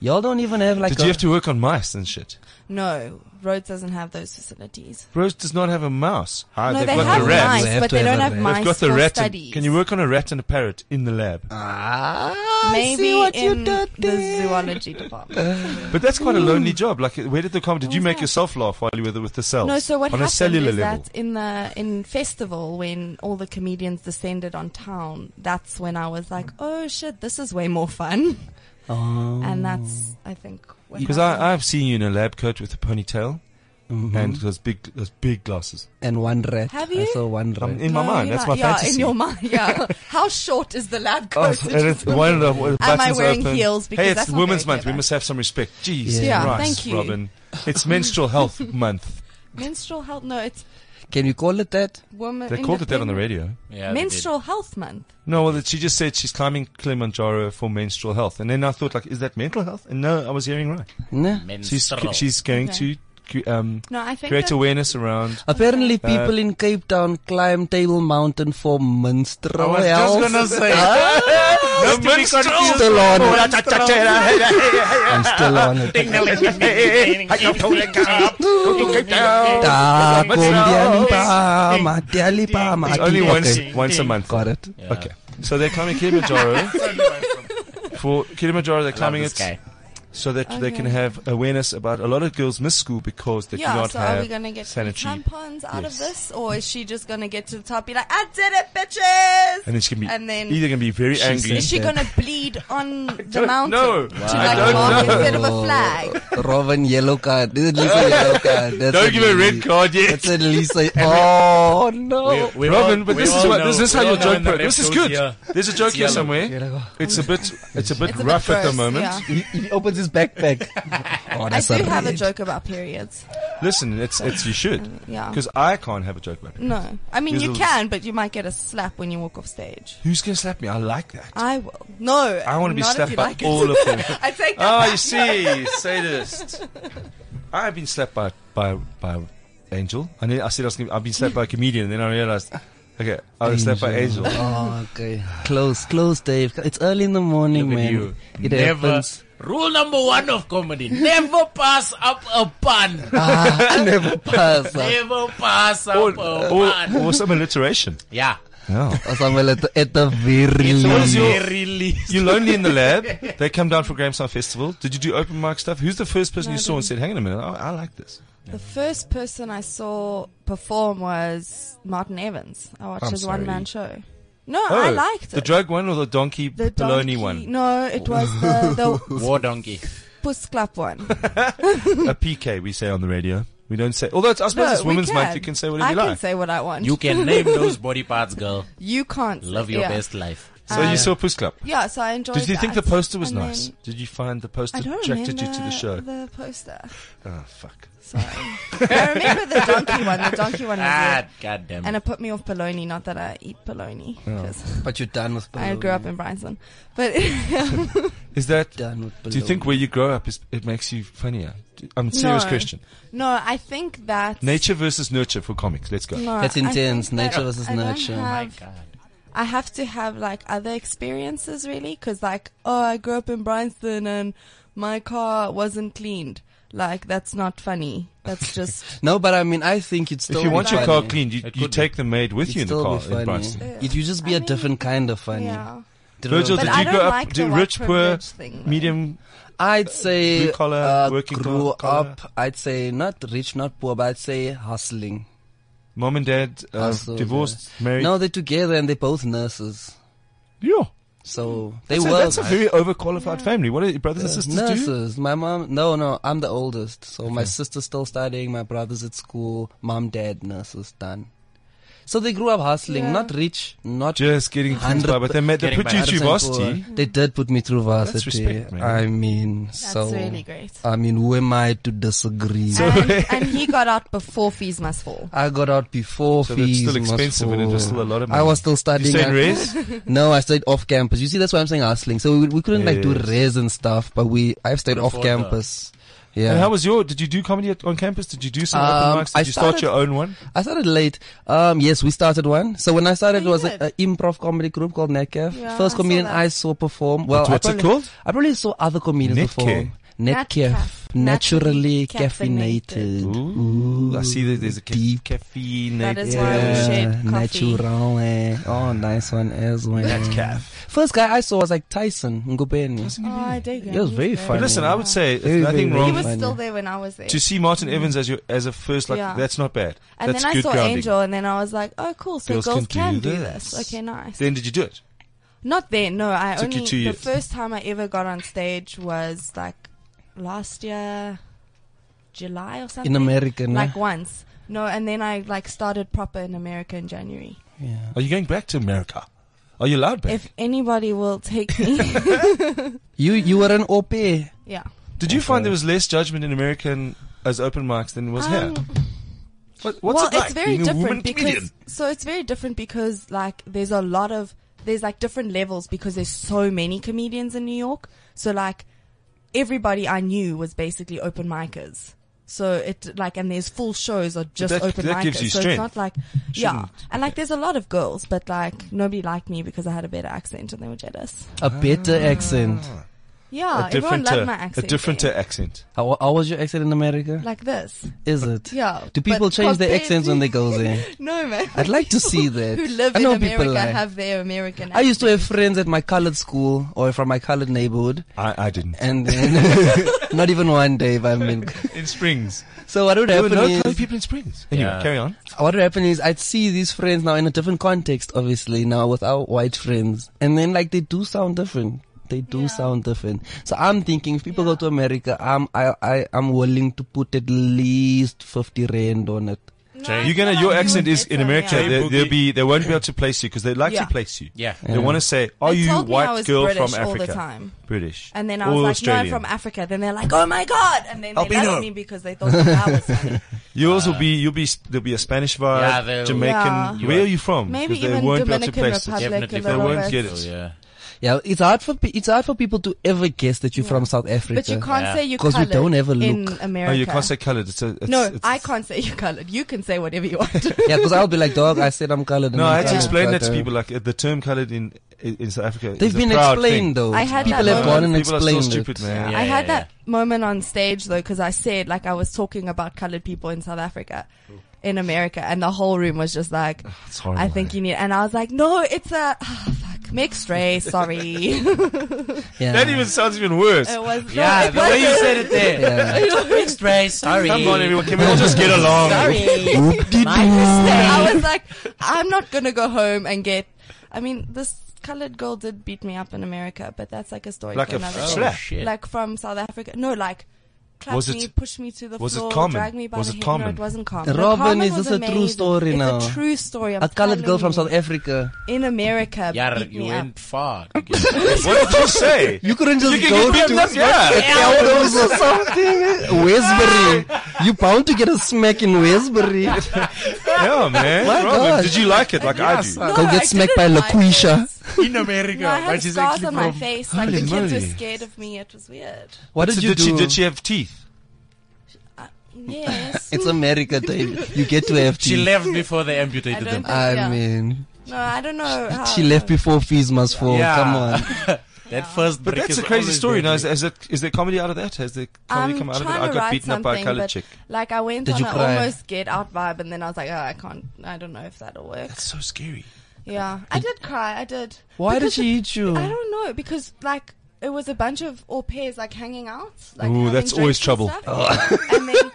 Y'all don't even have like
Did
a,
you have to work on mice and shit?
No, Rhodes doesn't have those facilities.
Rose does not have a mouse. Ah,
no,
they've
they
got
have
the rat.
mice,
They have
but
to
they
have
don't
a
have
rat.
mice
They've got the
for
rat.
studies.
And, can you work on a rat and a parrot in the lab?
Ah, I
Maybe
see what you
in
did
the
there.
zoology
Uh,
department.
But that's quite a lonely job. Like, where did the come? Did you make yourself laugh while you were there with the cells?
No, so what
on
happened
a cellular
is
level?
that in the in festival when all the comedians descended on town, that's when I was like, oh shit, this is way more fun,
Oh.
and that's I think what
Because
happened.
I I've seen you in a lab coat with a ponytail and
Mm-hmm.
those big those big glasses.
and one rat.
Have
I
you?
saw one rat.
Um, in my
No,
mind,
you're
that's my
not- yeah,
fantasy.
in your mind, yeah. How short is the lab
Oh,
coat?
and it's one of the buttons
Am I wearing
open.
heels? Because
hey, it's
that's not
Women's
very
Month. We
clever.
must have some respect. Jeez,
Yeah.
Yeah,
Christ,
thank you.
Robin. It's Menstrual Health Month.
menstrual health? No, it's
Can you call it that?
woman.
They called it that on the radio.
Yeah, they did.
Menstrual health month.
No, well, she just said she's climbing Kilimanjaro for menstrual health, and then I thought, like, is that mental health? And no, I was hearing right.
Nah.
She's
Menstrual.
she's going
Okay.
to cre- um,
No, I think
create
that-
awareness around.
Apparently,
Uh,
people in Cape Town climb Table Mountain for
Oh, I
menstrual
was just
health.
gonna say.
The
menstrual
menstrual-
still on it. I'm still on it. Ta kumbiani pa, ma tiali pa, ma
It's only
tiali.
once
Okay.
once a month.
Got it.
Okay, so they're climbing Kilimanjaro. For Kilimanjaro, they're climbing
this
it
guy.
so that they can
Okay.
have awareness about. A lot of girls miss school because they do
Yeah,
not
so
have
are we gonna get free
sanitary
tampons out
Yes.
of this, or is she just gonna get to the top, be like, "I did it, bitches,"
And then she can be
And then-
either going to be very
She
angry.
is she gonna bleed on the mountain
know.
to
Wow.
like
I don't
mark
know.
instead of a flag?
Robin, yellow card. This is at least a yellow card. That's
Don't
at
give a red
least-
card yet.
That's at least a. Oh no!
We- we
Robin,
all-
but
we
this is
all
what
know-
this is how
we
your
all know
joke.
when the
works.
ref
This is
goes
good.
here.
There's a joke here
yellow.
Here
somewhere.
I go.
It's a bit it's a bit
It's a bit
rough at the
gross,
moment.
yeah.
He, he opens his backpack. Oh,
I
that's
do
a
have a
red.
joke about periods.
Listen, it's it's you should
Yeah.
because I can't have a joke about it.
No. I mean,
Here's
you
a-
can, but you might get a slap when you walk off stage.
Who's gonna slap me? I like that.
I will. No.
I want to be
not if
slapped
you
by
like it.
all of them.
I take that.
Ah,
back.
you see, sadist. I've been slapped by by by Angel. I knew, I said I was. Gonna, I've been slapped by a comedian, and then I realized, okay, I was slapped by Angel.
Oh, okay. Close, close, Dave. It's early in the morning,
Look at
man.
you.
It
never.
happens.
Rule number one of comedy: never pass up a pun.
Ah, never pass. Ah,
never pass up
Or,
a
or,
pun.
or some alliteration.
yeah.
Yeah.
Samuel, at the, at the very
It's
what is
least.
your-
very least.
You're lonely in the lab. They come down for Grahamstown Festival. Did you do open mic stuff? Who's the first person
No,
you
I
saw and
didn't.
said, "Hang on a minute, I, I like this."
The first person I saw perform was Martin Evans. I watched
I'm
his
sorry.
one man show. No, I liked it.
Oh, The drug one or the donkey
The
baloney
donkey-
one?
No, it was the, the
War donkey.
Puss Club one.
A PK we say on the radio. We don't say. Although it's, I suppose
No,
it's
we
Women's
can.
Month, you can say whatever
I
you
can
like.
say what I want.
You can name those body parts, girl.
You can't. say-
Love your
yeah.
best life.
so you saw Puss Club.
Yeah, so I enjoyed.
Did you think the
that.
poster was
And
nice?
then-
Did you find the poster
I don't
attracted you
remember
to the show?
the poster.
Oh, fuck.
Sorry, I remember the donkey one. The donkey one was
Ah,
weird.
God damn
and
it.
it put me off bologna. Not that I eat bologna,
Oh.
'cause
But you're done with
I
baloney.
grew up in Bryanston. But
Is that.
Done with
Do you think where you grow up, is, it makes you funnier? Do- I'm a serious
No.
question.
no, I think that
Nature versus nurture for comics. Let's go.
No,
That's
I think
intense.
that
Nature versus
I don't
nurture.
My
have-
God.
I have to have like other experiences really because like oh I grew up in Bryanston and my car wasn't cleaned like that's not funny that's just
No, but I mean, I think you'd still
If you
be
want your
funny.
car cleaned, you,
It
you
could
take the maid with
You'd
you in the
still
car
be
in
funny.
Bryanston.
You'd you just be
I
a
mean,
different kind of funny.
yeah
Do you know
Virgil,
what
But
did
I
you grow
don't
up
like
do
the white
rich, poor,
privilege thing, though.
medium?
I'd say
Blue collar,
uh,
working
grew
col- collar.
up. I'd say not rich, not poor, but I'd say hustling.
Mom and dad uh,
Hustle,
divorced, married.
No, they're together and they're both nurses.
yeah.
So they
That's, a,
work.
that's a very overqualified family. What are your brothers and
Uh,
sisters do?
nurses. My mom. No, no. I'm the oldest. So my sister's still studying. My brother's at school. Mom, dad, nurses. Done. So they grew up hustling.
Yeah.
Not rich. Not
Just getting things
Hundred
by, but they, made, they
getting
put you
by.
through varsity.
They did put me through varsity.
respect, man.
I mean,
that's
so
really great
I mean, who am I to disagree?
and, and he got out before fees must fall
I got out before
So that's
fees.
still
must
expensive and it was
fall.
still a lot of
I
money.
was still
You
studying.
stayed
I-
res?
No, I stayed off campus. You see, that's why I'm saying hustling. So we, we couldn't like do
Yes.
res and stuff, but we I've stayed off
Before that.
campus. Yeah.
And how was your? Did you do comedy at, on campus? Did you do some
Um,
open mics? Did
I
you start
started-
your own one?
I started late. Um, yes, we started one. So when I started,
Oh,
it was
you
an improv comedy group called Netcaf.
Yeah, I saw
First comedian
that.
I saw perform. Well,
What's-
Oh, I
what's it
probably-
called?
I probably saw other comedians
Netcaf.
perform. Netcaf.
Netcaf.
Naturally
Naturally
caffeinated.
caffeinated.
Ooh, I see that there's a
deep.
caffeine.
That is why we
Yeah,
shared coffee.
natural. eh. Oh, nice one as well.
Netcaf.
First guy I saw was like Tyson Ngobeni.
oh I dig
It was very funny.
But listen, I would say
Very,
there's nothing
very
he
wrong
was
funny.
still there when I was there
to see Martin Evans as your as a first. Like
Yeah.
that's not bad.
and
that's
then I
good
saw
grounding.
Angel and then I was like oh cool so
Girls can
girls, can,
do
do
this.
this. okay nice
Then did you do it?
Not then. No, I
Took you
only
two
the
years.
first time I ever got on stage was like last year, July or something.
In eh? America, no?
like once. No, and then I like started proper in America in January.
Yeah.
Are you going back to America? Are you allowed back?
If anybody will take me,
You you were an OP. It
yeah.
did you find there was less judgment in American as open mics than was here?
Um,
What, what's
well,
it like
it's very
being a woman
different because
comedian?
so it's very different because like there's a lot of there's like different levels because there's so many comedians in New York. So like everybody I knew was basically open micers. So it like and there's full shows of just
that-
open
that
micers.
gives you
so
strength.
it's not like yeah, and like there's a lot of girls, but like nobody liked me because I had a better accent and they were jealous.
a better
Ah.
accent.
Yeah,
a
Ah, everyone
different,
loved
uh,
my
a
accent.
different uh,
there.
accent.
How, how was your accent in America?
like this.
Is it?
Yeah,
Do people
but
change their
compared
accents when
to-
they go there?
No man.
I'd like to see that.
Who live
I know
in
people
America
lie.
have their American
I used to have friends at my colored school or from my colored neighborhood,
I, I didn't.
and then not even one day by milk.
in Springs.
So what would
There were
happen
no
is
colored people in Springs. Anyway,
Yeah.
carry on.
what would happen is I'd see these friends now in a different context, obviously now with our white friends, and then like they do sound different. They do sound different. So I'm thinking if people go to America, I'm I, I I'm willing to put at least fifty rand on it.
Jay.
You're gonna, your accent is in America.
Jay
They, they'll
Boogie.
be, they won't be able to place you because they like
Yeah.
to place you.
Yeah.
They want to say, "Are
They
you
told me I
white
was
girl
British
from
all the
Africa?"
time.
British.
And then I
Or
was like,
Australian.
no, I'm from Africa. Then they're like, oh my God. And then they
Albino.
liked me because they thought that I was funny.
Yours will be you'll be there'll be a Spanish
Yeah,
vibe,
they'll-
Jamaican.
Yeah.
You
Where
are-
are you from?
Maybe
'Cause they
even
won't be able to
Dominican
place it.
Republic
Definitely
a
they
little
won't
bit.
get it.
So, Oh, yeah.
Yeah, it's hard for pe- it's hard for people to ever guess that you're from South Africa.
But you can't
Yeah.
say you're
'Cause we
colored
don't have a
in
look.
America.
Oh, you can't say colored. It's a, it's,
no,
it's-
I can't say you're colored. You can say whatever you want.
Yeah, because I'll be like, dog, I said I'm colored. and
No,
I'm
I had to
colored,
explain
but,
that to
uh,
people. Like uh, the term colored in in in South Africa. is
They've
a
been
proud
explained
thing.
though.
I had
people
that
have
moment.
gone and
People are so
explained
stupid,
it.
man.
Yeah.
I had that moment on stage though, because I said like I was talking about colored people in South Africa, in America, and the whole room was just like,
It's horrible.
I think you need. And I was like, no, it's a ah, fuck, mixed race. Sorry, it
Yeah.
that even sounds even worse.
was
Yeah,
no, it
the way
was,
you said it there.
Yeah.
Mixed race, sorry.
Come on, everyone. Can we all just get along?
I was like, I'm not gonna go home and get. I mean, this colored girl did beat me up in America, but that's like a story
Like
for
a
another
f-
day.
Oh, shit.
like from South Africa. No, like clapped
Was it-
me, pushed me to the
was it
floor,
common?
dragged me by
Was
the
it
hair.
common?
No, it wasn't common.
Robin,
Carmen
is
was
this a true
amazing.
story
it's
now?
a true story. I'm
A colored girl
telling
from
you.
South Africa.
in America.
Yeah,
beat
you
me
went
up.
far.
What did you say?
You couldn't just
You
go
can get
to
beat up, yeah.
Eldos or something. Westbury. you bound to get a smack in Westbury.
Yeah, man.
My
Robin,
gosh.
Did you like it like I do?
No,
Go get
I
smacked by
didn't like
LaQuisha.
it.
In America.
No, I had scars on my face. Like the
Holy
kids were
moly.
scared of me. It was weird.
What did
So
you
did
do?
she did she have teeth?
Yes.
It's America, David. You get to have
She
teeth.
left before they
I
amputated
don't
them.
think-
I
Yeah. Ah.
mean,
no, I don't know. How
she left before fees must fall.
Yeah.
Come on.
That first
But
break
that's
is
a crazy
always
story.
there.
Now, is, is, it, is there comedy out of that? Has there comedy
I'm
come out of it?
trying
I
to
got
write
beaten up by a
something,
colored
but,
chick.
Like I went
Did
on
you
an
cry?
almost get out vibe, and then I was like, oh, I can't. I don't know if that'll work.
That's so scary.
Yeah, I did cry. I did.
Why did
Because
she hit you?
I don't know because like it was a bunch of au pairs like hanging out. Like,
Ooh,
having
that's
drinks
always
and
trouble.
stuff. And then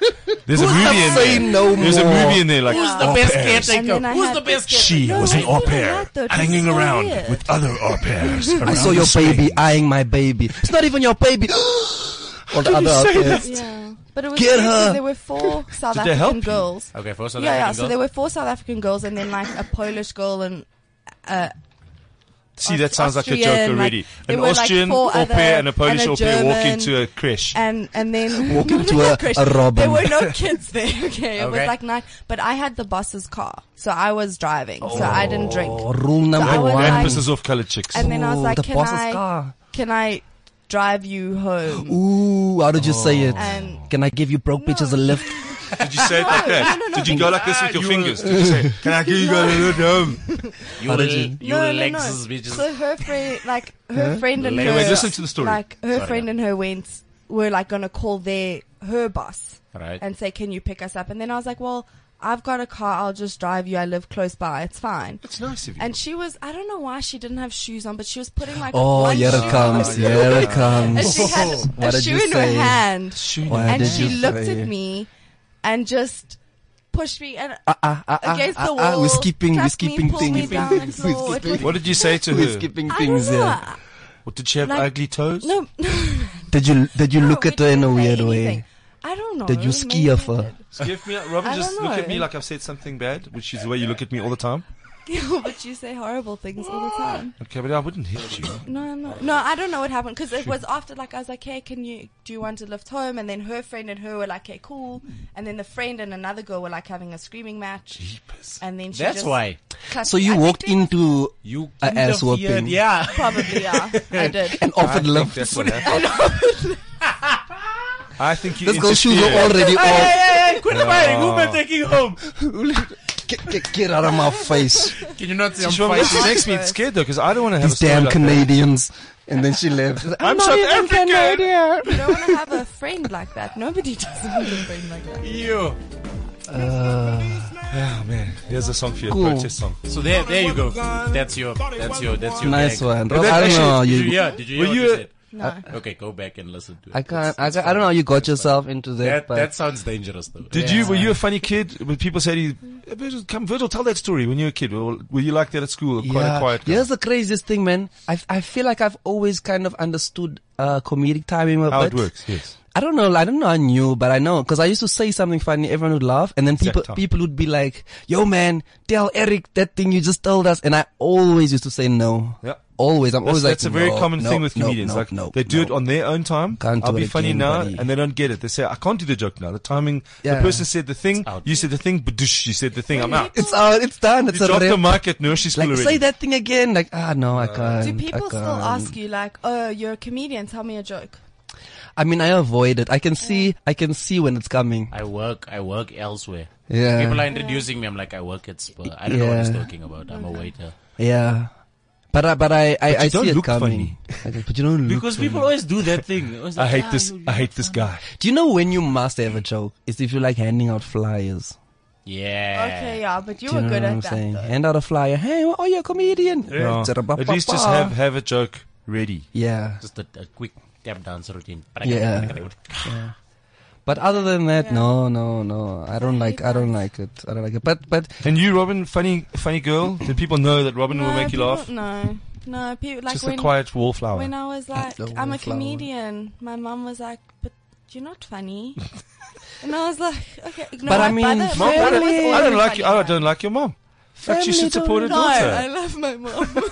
There's a movie in
Say
there.
no
There's a
more.
movie in there. Like,
Who's the best
And then
caretaker?
I
Who's
had
the best
biscuits.
She
caretaker?
No,
was
I
an
didn't
au
like
pair
that, though. It was
hanging
so
around
weird.
with other au pairs.
I
around
saw
the
your
swing.
baby eyeing my baby. It's not even your baby. Or the other out there.
Yeah, but it was
Get
weird
her.
'cause there were four South
Did they help
African
you?
girls.
Okay, first
yeah, yeah. So there were four South African girls, and then like a Polish girl and
See, that sounds like a
Austrian,
joke
like,
already.
there
An
were, like,
Austrian
four
au
other-
pair and a Polish
and a
au pair walk
German-
into a creche.
and and then
Walk into
Not
a-
crash.
a robin.
There were no kids there. Okay, it was
Okay.
like nine. But I had the boss's car, so I was driving, so I didn't drink.
Oh, rule number
I was
one.
That
like-
pisses off colored chicks.
And then I was
Ooh,
like,
the
"Can
boss's
I?
car.
Can I drive you home?"
Ooh, how did you say it?
And
Can I give you broke bitches a lift?
Did you say it like that? Did you go like this with your fingers? Did you say, can I give you guys a little home?
You will,
you-
you
no,
will
no, no.
Lexus bitches.
So her friend, like her friend and
Lexus.
her,
Wait,
listen to the story.
Like her
Sorry,
friend
yeah.
and her went were like gonna call their her boss
Right.
and say, "Can you pick us up?" And then I was like, "Well, I've got a car. I'll just drive you. I live close by. It's fine."
It's nice of you.
And she was, I don't know why she didn't have shoes on, but she was putting like
Oh,
one
here
shoe
it comes.
on.
Here it
And
comes.
she had
What
a
did
shoe
you
in
say?
her hand.
Why
and
did
she
you
looked
say-
at me and just pushed me and
Ah, ah, ah,
against
ah,
the
ah,
wall.
We're skipping, we're
slapped
skipping
me, pulled
things.
Me down the
We're
floor. It
skipping-
was,
what did you say to
We're
her?
skipping
I don't
things,
know.
yeah.
I-
What, Did she have
Like-
ugly toes?
No, no,
Did you, did you look
we
at her in a
didn't say
weird way?
anything. I don't know.
Did you ski
Maybe
her
I
for?
did.
Give me, Robin,
I
just
don't
look at
know.
me like I've said something bad, which is the way you look at me all the time.
Yeah, but you say horrible things all the time.
Okay, but I wouldn't hit you.
No, I'm not. No, I don't know what happened because it was after. Like I was like, "Hey, can you do you want to lift home?" And then her friend and her were like, "Hey, cool." And then the friend and another girl were like having a screaming match. And then she
That's
just
why.
cut
So
me. I
you
think
walked
there was-
into
You
A
interfered,
ass whooping.
Yeah.
Probably, yeah, I did.
an offered lift.
That's what happened. I think you
This girl's shoes are
interfered.
Hey,
already off.
hey, hey, quit fighting. Who am I taking home?
Get, get, get out of my face.
Can you not see I'm
She probably- she
fighting?
makes me scared though because I don't want to have
These
a story
damn
like
Canadians. And then she left.
I'm South African.
You don't want to have a friend like that. Nobody does want a friend like that.
You.
that. Oh man, here's a song for you, a
Cool.
protest song.
So there, there you go. That's your, that's your, that's your.
Nice
gag.
one. Rob,
that
I don't
actually-
know. how
Did you
You,
hear? Did you hear
Were
what
you
you
a-
said?
No.
Okay, go back and listen to it.
I can't,
It's-
I,
it's
can't, I don't know how
fine.
you got yourself into that,
That,
but
that sounds dangerous though.
Did you? Were you a funny kid? When people said, you- "Virgil, come, Virgil, tell that story when you were a kid." Or were you like that at school? Quite a quiet guy.
Here's the craziest thing, man. I, I feel like I've always kind of understood uh, comedic timing.
How
but
it works? Yes.
I I don't know. I don't know. I knew, but I know because I used to say something funny. Everyone would laugh, and then people
Exacto.
people would be like, "Yo, man, tell Eric that thing you just told us." And I always used to say no.
Yeah.
Always. I'm
That's,
always like.
that's a very
"No,
common
no,
thing with
no,
comedians.
No,
like
no,
they do
no."
it on their own time.
Can't
I'll
do
be
it
funny
again,
now,
buddy.
and they don't get it. They say, "I can't do the joke now." The timing. The
Yeah.
person said the thing.
out.
You said the thing. Badoosh, you said the thing. I'm out.
It's out. It's done. It's
you
a
dropped the
rep.
mic at nursery school
Like
already. Uh,
say that thing again. Like ah no, I can't.
Do people
I
still
can't.
ask you like, "Oh, you're a comedian. Tell me a joke."
I mean, I avoid it. I can see. I can see when it's coming.
I work. I work elsewhere.
Yeah.
People are introducing me. I'm like, I work at Spur. I don't know what he's
Yeah.
talking about. I'm a waiter.
Yeah. But I, but I, I,
you
I
don't
see it
look
coming. Like, But you don't look.
Because people always do that thing. Always
I
like,
hate
"Ah,
this.
you-
I hate this guy.
Do you know when you must have a joke? It's if you like handing out flyers.
Yeah.
Okay, yeah, but you
Do you
were
know
good
what I'm
at that.
saying? Hand out a flyer. Hey, oh, you're a comedian.
No. At least just have have a joke ready.
Yeah.
Just a, a quick tap dance routine.
Yeah. But other than that, no, no, no. I don't like. I don't like it. I don't like it. But but
And you, Robin, funny funny girl. Did people know that Robin will make you
people-
laugh?
No, no, people like
just
when
a quiet wallflower.
when I was like,
The
I'm a
wallflower.
comedian. My mum was like, but you're not funny. and I was like, okay, no,
But
my
I mean,
brother- my
Mom, I
brother
don't-
was
I
always
don't
a
like you. Oh,
funny
I
guy.
don't like your mom. Like she
Family
should
don't
support her
No,
daughter.
I love my mom.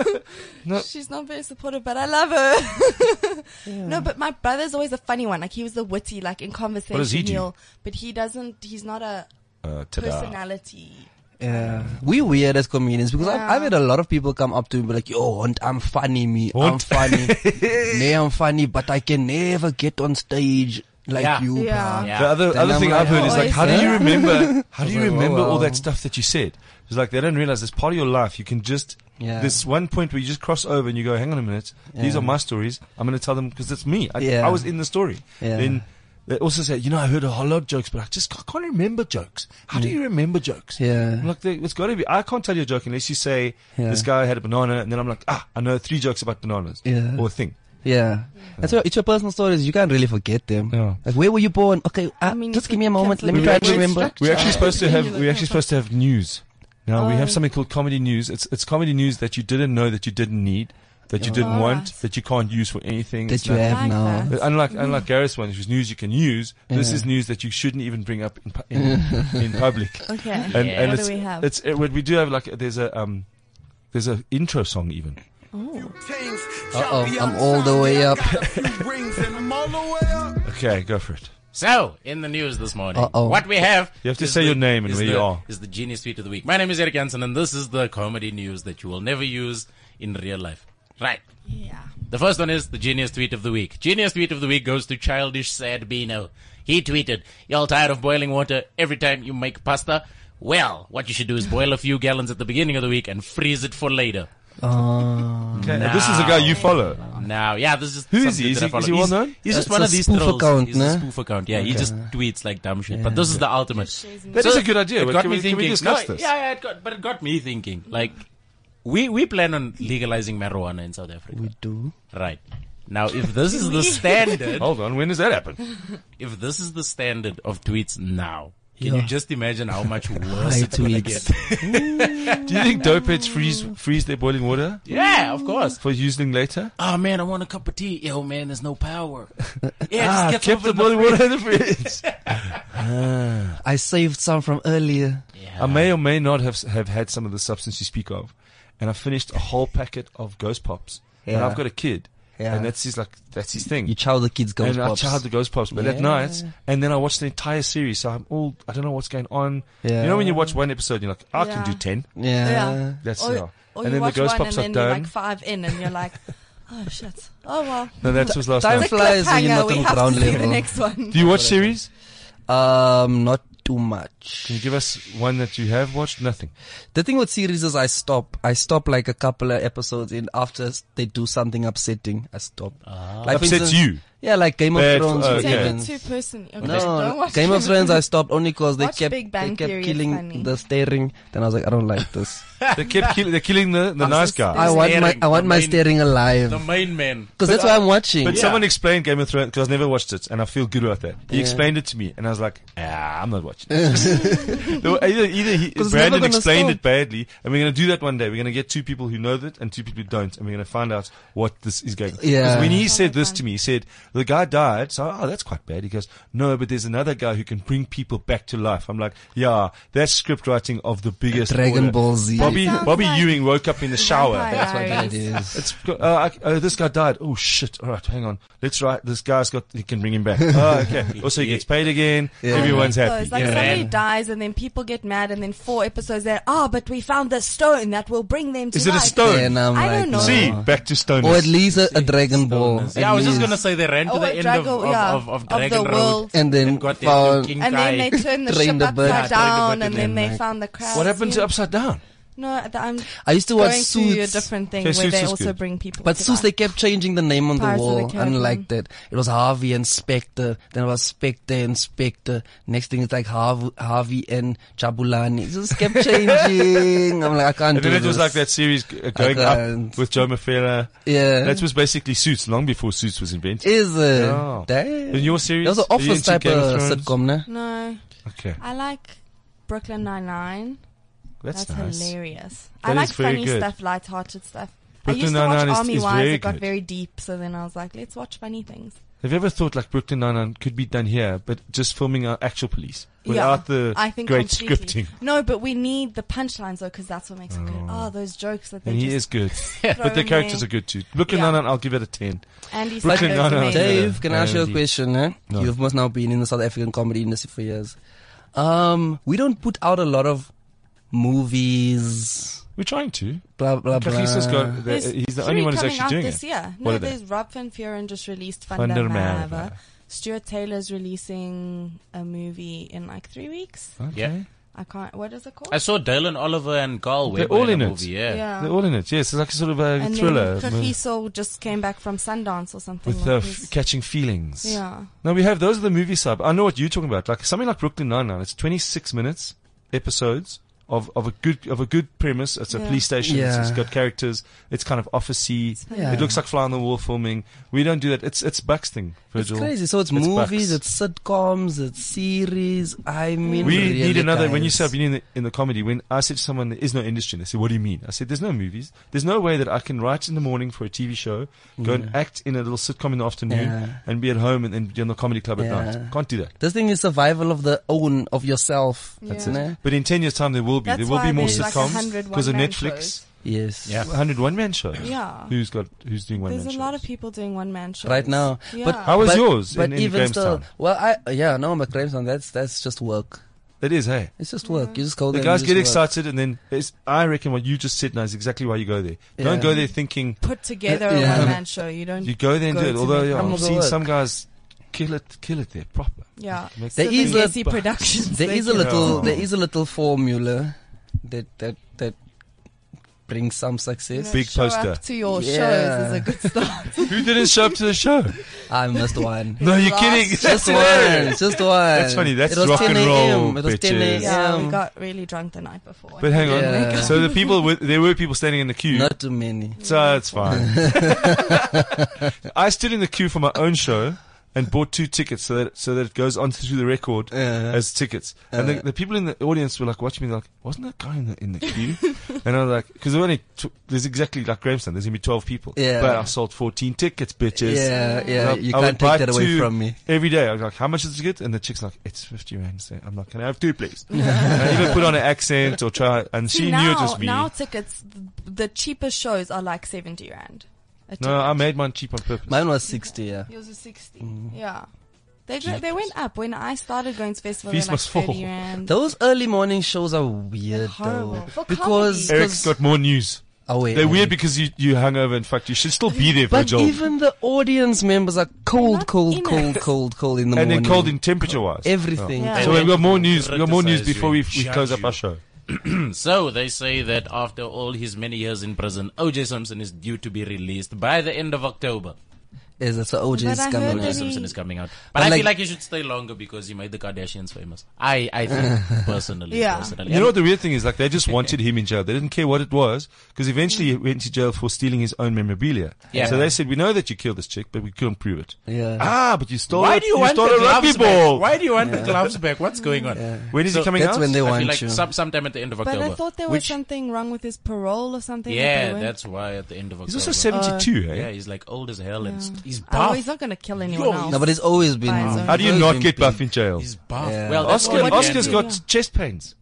No.
She's not very supportive, but I love her. No, but my brother's always the funny one. Like he was the witty, like in conversation.
What does he do?
he'll- But he doesn't. He's not a
Uh, ta-da.
personality.
yeah, uh, we weird as comedians because I've,
Yeah.
I've had a lot of people come up to me and be like, "Yo, Hunt, I'm funny, me. I'm
Hunt.
funny. nee, I'm funny, but I can never get on stage like
Yeah.
you,
Yeah.
bruh."
Yeah.
The other
Then
other
I'm
thing
like,
I've heard
oh,
is like,
I
how do
see.
you remember? How do
was
you
like, oh,
remember all
wow.
that stuff that you said? It's like they don't realize it's part of your life. You can just
Yeah.
this one point where you just cross over and you go, hang on a minute, these
Yeah.
are my stories. I'm going to tell them because it's me. I,
Yeah.
I was in the story.
Yeah.
Then they also say, you know, I heard a whole lot of jokes, but I just ca- can't remember jokes. How do you remember jokes?
Yeah.
I'm like, "There- it's got to be. I can't tell you a joke unless you say
Yeah.
this guy had a banana, and then I'm like, ah, I know three jokes about bananas
Yeah.
or a thing.
Yeah. That's what, it's your personal stories. You can't really forget them.
Yeah.
Like, where were you born? Okay, uh,
I mean,
just
if
give
it
me a moment.
comes
Let me
with
try
the
to remember.
structure.
We're actually supposed to
Continue
have
the
we're actually supposed to have news. Now we
Oh.
have something called comedy news. It's it's comedy news that you didn't know that you didn't need, that you
Oh.
didn't want,
Alright.
that you can't use for anything. It's
That you
not-
have
Like
now.
that.
Uh, Unlike unlike Gareth's one, which was news you can use. This
Yeah.
is news that you shouldn't even bring up in pu- in, in public.
Okay.
And
Yeah.
and
What do
it's
we have?
it's it, what we do have like there's a um there's a intro song even.
Uh-oh, Oh, I'm all the way up.
Okay, go for it.
So, in the news this morning,
Uh-oh.
what we have.
You have to
is
say your name and
is
where
the-
you are.
Is the genius tweet of the week. My name is Eric Hansen, and this is the comedy news that you will never use in real life. Right.
yeah.
The first one is the genius tweet of the week. Genius tweet of the week goes to childish sad Beano. He tweeted, "Y'all tired of boiling water every time you make pasta? Well, what you should do is boil a few gallons at the beginning of the week and freeze it for later."
Okay, this is the guy you follow.
Now, yeah, this is
Who is
something
he? Is
that I
he-
follow.
is he well
he's,
known?
He's just
It's
one
a
of these
spoof
trolls.
account,
he's a
nah?
spoof account. Yeah, he just tweets like dumb shit. But this is the ultimate.
That is
So
a good idea.
It
But
got
can
me
we- can
thinking.
we discuss
no,
this?
Yeah, yeah, it got, but it got me thinking. Like, we we plan on legalizing marijuana in South Africa,
We do.
right? Now, if this is the standard,
Hold on, when does that happen?
if this is the standard of tweets now, can
Yeah.
you just imagine how much worse
High
it's gonna
tweets.
get?
Do you think dope heads freeze freeze their boiling water
yeah, of course.
for using later?
Oh man, I want a cup of tea. Yo man, there's no power. Yeah,
Ah,
just get
kept
some
the
in the
boiling water in the fridge.
I saved some from earlier.
I may or may not have have had some of the substance you speak of, and I finished a whole packet of Ghost Pops. And
Yeah.
I've got a kid,
Yeah.
and that's his like that's his thing.
You chow the kids' ghost
and
pops.
I child the Ghost Pops, but at
Yeah.
night, and then I watched the entire series. So I'm all I don't know what's going on.
Yeah.
You know when you watch one episode, you're like, I
Yeah.
can do ten.
yeah.
Yeah.
That's
or,
yeah.
or
and
you
then the
watch
Ghost
one
Pops are
and then you're
done.
like five in, and you're like, oh shit, oh well.
no, that was last
Time
night.
fl- flies when you're
cliffhanger,
not
we
on
have
ground
to see the
level.
next one.
Do you watch series?
Um, not too much.
Can you give us one that you have watched? Nothing.
The thing with series is I stop. I stop like a couple of episodes in after s- they do something upsetting. I stop. Like for
Upsets
instance-
you.
Yeah, like Game of
Bad-
Thrones.
uh,
for
yeah.
Take
instance.
it too personally. Okay, don't
No,
watch
Game of
it.
Thrones I stopped only because they
Watch
kept
Big Bang
they kept
Theory, it's
killing
funny.
the staring. Then I was like, I don't like this.
They kept kill- they're killing the, the nice guy.
I want my
Staring,
I want
the
my
main-
staring alive
The main man.
because that's why I'm watching.
But
Yeah.
someone explained Game of Thrones because I've never watched it, and I feel good about that. He
Yeah.
explained it to me, and I was like, "Ah, I'm not watching." it." No, either either he,
'Cause it's never
Brandon
gonna
explained
stop.
it badly, and we're going to do that one day. We're going to get two people who know that and two people who don't, and we're going to find out what this is going.
Yeah.
Because when he said this to me, he said, The guy died, so oh, that's quite bad. He goes, no, but there's another guy who can bring people back to life. I'm like, yeah, that's script writing of the biggest order.
Dragon Ball Z.
Bobby
That sounds
Bobby
like
Ewing woke up in the shower.
Vampire
That's what that
Diaries.
is.
It's got- uh, I, uh, this guy died. Oh shit! All right, hang on. Let's write. This guy's got. He can bring him back. Oh, okay. Also, he gets paid again. Everyone's
So
happy.
it's like somebody dies and then people get mad and then four episodes there. Ah, but we found the stone that will bring them to
Is it a
life."
stone?
And I'm
I
like,
don't know.
See,
no.
back to stoners.
Or at least a, a Dragon Ball. At
uh, Yeah, I was just
least.
gonna say they ran to
Oh,
the
a
end
dragon,
of, of,
yeah,
of, of
of
Dragon
the
Road
world.
And then
and got their
found-
King
And then they
Kai.
turned the
Train
ship
the
upside
bird.
Yeah, train the
down
bird
and
and
then they
like-
found the crab.
what happened to
Yeah.
upside down?
No, th- I'm
I used to watch
going to a
Suits.
different thing
Okay,
where
Suits
they
is
also
good.
bring people.
But
to
Seuss,
life.
they kept changing the name on the
Pirates of the
wall. I
Caribbean.
didn't like that. It was Harvey and Spectre. Then it was Spectre and Spectre. Next thing, it's like Harv- Harvey and Jabulani. It just kept changing. I'm like, I can't
And
do
then it was
this.
like that series uh, going up
can't.
with Joe Mafera.
Uh,
Yeah.
That was basically Suits, long before Suits was invented.
Is it?
Yeah.
Damn.
In your series,
That was an
are you
office
into
type
Game of
of
Thrones?
sitcom, ne?
No,
Okay,
I like Brooklyn Nine Nine.
that's,
That's,
nice.
hilarious.
That
I like
is very
funny
good.
stuff, light-hearted stuff.
Brooklyn
I used to
Nine-Nine
watch
is-
Army
is
Wives.
very
it got
good.
very deep, so then I was like, let's watch funny things.
Have you ever thought like Brooklyn Nine Nine could be done here, but just filming our actual police
Yeah,
without the
I think
great
completely.
scripting?
No, but we need the punchlines though, because that's what makes it good. Oh, those jokes that they
And he
just
is good,
throw
but the
in
characters
there.
are good too. Brooklyn
Yeah.
Nine Nine, I'll give it a ten.
Andy
Brooklyn
Sandler's
Nine-Nine.
amazing.
Dave, can I ask you a
Andy.
question? Eh?
No.
You've most now been in the South African comedy industry for years. Um, we don't put out a lot of movies.
We're trying to.
Blah blah blah.
Kagiso's got. The,
There's
he's the
three
only one who's
coming
actually
out
doing
this
it.
year.
What
No,
are they?
there's Rob Van Furen just released
Van der Merwe.
Fundamalva. Stuart Taylor's releasing a movie in like three weeks.
Yeah,
I can't. What is it called?
I saw Dylan Oliver and Carl
They're
Weber
all
in,
in
a
it.
movie. Yeah.
yeah.
They're all in it. Yes, it's like a sort of a
and
thriller
then
movie
Kagiso just came back from Sundance or something.
with uh,
his-
f- catching feelings.
yeah.
No, we have those are the movie sub. I know what you're talking about. Like something like Brooklyn Nine Nine. It's 26 minutes episodes of, of a good of a good premise. It's a
Yeah.
police station. It's- it's
Yeah.
got characters. It's kind of officey.
Yeah.
It looks like fly on the wall filming. We don't do that. It's it's Bucks thing.
It's
Virgil.
crazy. So it's,
It's bucks.
movies, it's sitcoms, it's series. I mean,
We
really,
need another. When you
guys.
say I've been in the, in the comedy, when I said to someone there is no industry, and they said, "What do you mean?" I said, "There's no movies. There's no way that I can write in the morning for a TV show, go and act in a little sitcom in the afternoon,
Yeah.
and be at home and then be on the comedy club
Yeah.
at night. Can't do that."
this thing is survival of the own of yourself.
That's
you
it.
know?
But in ten years' time, there will be.
That's
there will
why
be more
there's like
sitcoms
100
because of
one-man
Netflix.
shows.
Yes.
Yeah.
Hundred one-man shows.
Yeah.
Who's got? Who's doing one?
There's a lot of people doing one man shows
Right now.
Yeah.
But
How was
but,
yours
But
in, in
even still,
Grahamstown?
well, I yeah, no, but Grahamstown, that's that's just work.
It is, hey.
It's just work. You just call
The
them,
guys
you
get
just work.
excited, and then it's, I reckon what you just said now is exactly why you go there. Don't
Yeah.
go there thinking
put together a
Yeah.
one man show. You don't.
You go there and
Go
do it.
to
Although
make
yeah,
them
I've
go
seen
work.
some guys kill it, kill it there proper.
yeah.
Make-
So
There is a-
Legacy Productions.
There
they
is a
can-
little
Yeah.
there is a little formula that that that brings some
you
success.
know,
Big
show up
poster.
to your
Yeah.
shows is a good start.
Who didn't show up to the show?
I missed one.
No, you're
Last-
kidding.
Just one, just one.
That's funny. That's
it was
rock
10
and
a.m.
roll,
It was 10
bitches.
a.m.
Yeah, we got really drunk the night before.
But hang on.
Yeah.
So the people, with, there were people standing in the queue.
Not too many.
so it's fine. I stood in the queue for my own show and bought two tickets so that so that it goes on through the record as tickets. And the, the people in the audience were like watching me, like, wasn't that guy in the, in the queue? and I was like, because only tw- there's exactly like Grahamstown, there's gonna be twelve people.
Yeah.
But I sold fourteen tickets, bitches.
Yeah, yeah.
I-
You
I would
can't
buy
take that away
two
from me.
Every day, I was like, "How much is it?" good?" And the chick's like, "It's fifty rand." So I'm like, "Can I have two, please?" and I even put on an accent or try, and
See,
she
now,
knew it was me.
Now tickets, the cheapest shows are like seventy rand. a ticket.
no, I made mine cheap on purpose.
Mine was 60, yeah.
Yours was 60
Mm.
Yeah, they go, they went up when I started going to festivals.
Fees
they were
must
like
fall.
thirty rand.
Those early morning shows are weird,
horrible.
though.
For
Because,
comedy.
Eric's
because
got more news.
oh, wait,
They're
wait.
weird because you you hung over and fucked. You should still be there,
But
Virgil.
even the audience members are cold,
not
cold,
in
cold,
it.
cold, cold in the
and
morning.
then cold in temperature wise.
everything.
Yeah.
So we've got more news. We've got more news
Criticize you
before we,
and
we
judge
close up
you.
our show.
So they say that after all his many years in prison, O.J. Simpson is due to be released by the end of October.
Is it so OJ
But I
is
heard
coming?
O.J.
that
out.
Simpson is coming out, but,
But
I
like-
feel like he should stay longer because he made the Kardashians famous. I, I think personally,
Yeah.
personally.
You know what the weird thing is? Like they just wanted him in jail. They didn't care what it was because eventually he went to jail for stealing his own memorabilia.
Yeah.
So they said, "We know that you killed this chick, but we couldn't prove it."
Yeah.
Ah, but you stole.
Why
it-
do you, want
stole
the
a rugby
gloves
ball?
back? Why do you want the gloves back? What's going on?
When is
So
it coming
that's
out?
when they
I
want
feel like
you.
some, sometime at the end of
but
October.
I thought there was
Which-
something wrong with his parole or something. that they
yeah,
weren't-
that's why at the end of October.
He's also 72, eh?
Yeah, he's like old as hell and st- He's
Oh,
buff.
he's not going to kill anyone else.
No, but it's always been.
By his own-
How do you
Always
not
been
get
thin.
buff in jail?
He's buff.
Yeah.
Well, that's
Oscar,
what he
What
can
Oscar's
do.
got
Yeah.
chest pains.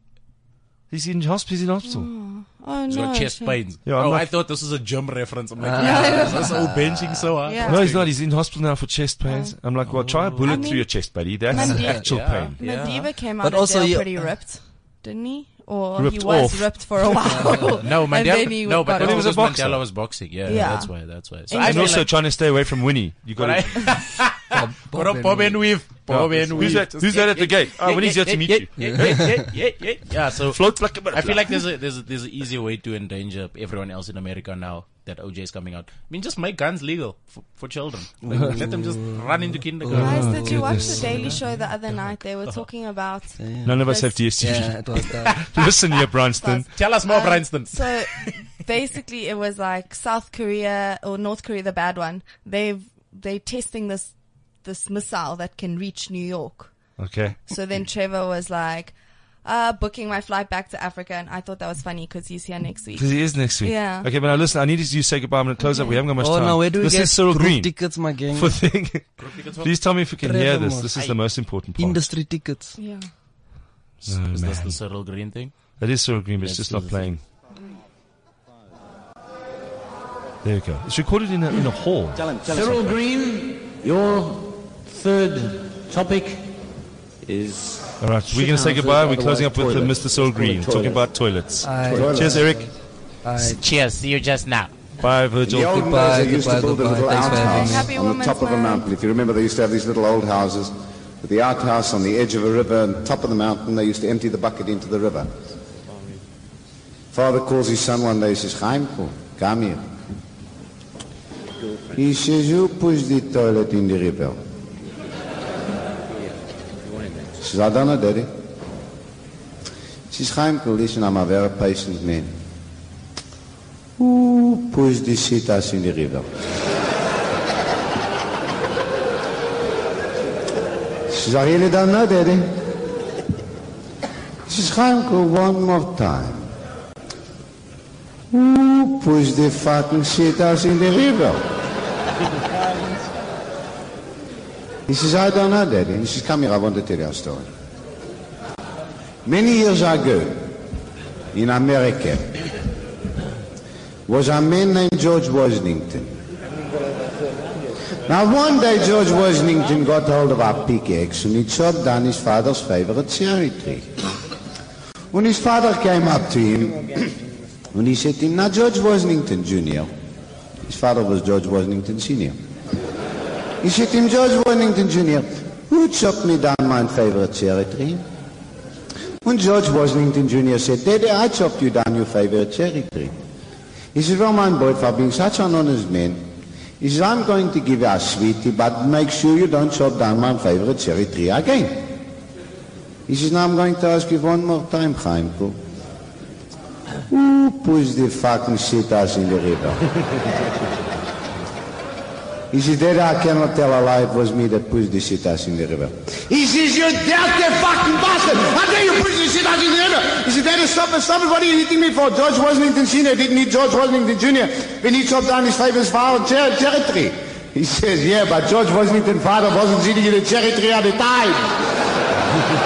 He's in hospital. He's in
Mm.
hospital.
oh,
He's
no.
got chest
shit.
pains.
Yeah, I'm
oh,
not-
I thought this was a gym reference. I'm like, yeah, that's all benching so hard.
Yeah.
No, he's not. He's in hospital now for chest pains.
Oh.
I'm like, well, try a bullet
mean-
through your chest, buddy. That's
Mandeep-
actual
Yeah.
pain.
Madiba came out
But
of
also
jail
you-
pretty ripped, didn't he? Or he
Ripped
was
off.
ripped for a while.
No,
And then he
Mandela. No, but
got
that
he
off.
was
was
a
because
boxer.
Mandela was boxing. Yeah,
Yeah.
that's why. That's why. So I
And he
And
feel
was-
also
also, like,
trying to stay away from Winnie. You
but
got to.
I, what up, Bob and Weave? Bob and Weave.
Who's that? Who's that at the gate? Oh, Winnie's here to meet you.
Yeah, yeah, yeah. Yeah. So
Floats like a
I
butterfly.
feel like there's a there's a, there's an easier way to endanger everyone else in America now that OJ is coming out. I mean, just make guns legal for, for children. Like, let them just run into kindergarten.
Guys, did you watch the Daily Show the other night? They were talking about.
None of us have
Yeah,
DSTV.
it was that.
Listen here, Branston.
Tell us more,
Um,
Branston.
So basically, it was like South Korea or North Korea, the bad one. They've they're testing this this missile that can reach New York.
Okay.
So then Trevor was like, uh, booking my flight back to Africa, and I thought that was funny because he's here next week.
Because he is next week.
Yeah.
Okay, but now listen, I need you to say goodbye. I'm going to close up. We haven't got much
Oh
time.
no, where do we
this
get
is Cyril
group
Green.
tickets, my gang?
For thing. Please tell me if you can hear this.
Trevor
This is the most important part.
Industry tickets.
Yeah.
Oh,
Is this
man.
the Cyril Green thing?
It is Cyril Green, but it's just
Let's do
not
the
playing. There we go. It's recorded in a, in a hall.
Cyril Green, your third topic is
All right, we're going to say
Shit
goodbye.
houses,
We're closing up with uh,
toilet.
Mr. Cyril Green,
toilet.
talking about toilets.
Aye.
Cheers, Eric.
Cheers. See you just now.
Bye, Virgil.
The old
goodbye,
days, they used
goodbye,
to build
goodbye.
a little
Thanks for having
outhouse
me. Happy
on the
Woman's
top of a
Month.
mountain. If you remember, they used to have these little old houses with the outhouse on the edge of a river and top of the mountain. They used to empty the bucket into the river. Father calls his son one day. He says, Chaimko, come here. He says, you push the toilet in the river. She says, I don't know, Daddy. She says, Chaimko, listen, I'm a very patient man. Who pushed the shit ass in the river? She says, I really don't know, Daddy. She says, Chaimko, one more time. Who pushed the fucking shit ass in the river? He says, I don't know, Daddy. He says, come here, I want to tell you a story. Many years ago, in America, was a man named George Washington. Now one day George Washington got hold of a pickaxe and he chopped down his father's favorite cherry tree. When his father came up to him and he said to him, Now George Washington Jr. His father was George Washington Sr. He said to him, George Washington Jr., who chopped me down my favorite cherry tree? When George Washington Jr. said, Daddy, I chopped you down your favorite cherry tree. He says, well, my boy, for being such an honest man, he says, I'm going to give you a sweetie, but make sure you don't chop down my favorite cherry tree again. He says, now I'm going to ask you one more time, Chaimko. Who pushed the fucking shit ass in the river? he says, Daddy, I cannot tell a lie. It was me that pushed the shit ass in the river. He says, you dirty fucking bastard! How dare you push the shit out in the river? He said, Daddy, stop it, stop it. What are you hitting me for? George Washington Sr. didn't need George Washington Jr. when he chopped down his favorite father cher- cherry tree. He says, yeah, but George Washington father wasn't sitting in a cherry tree at the time.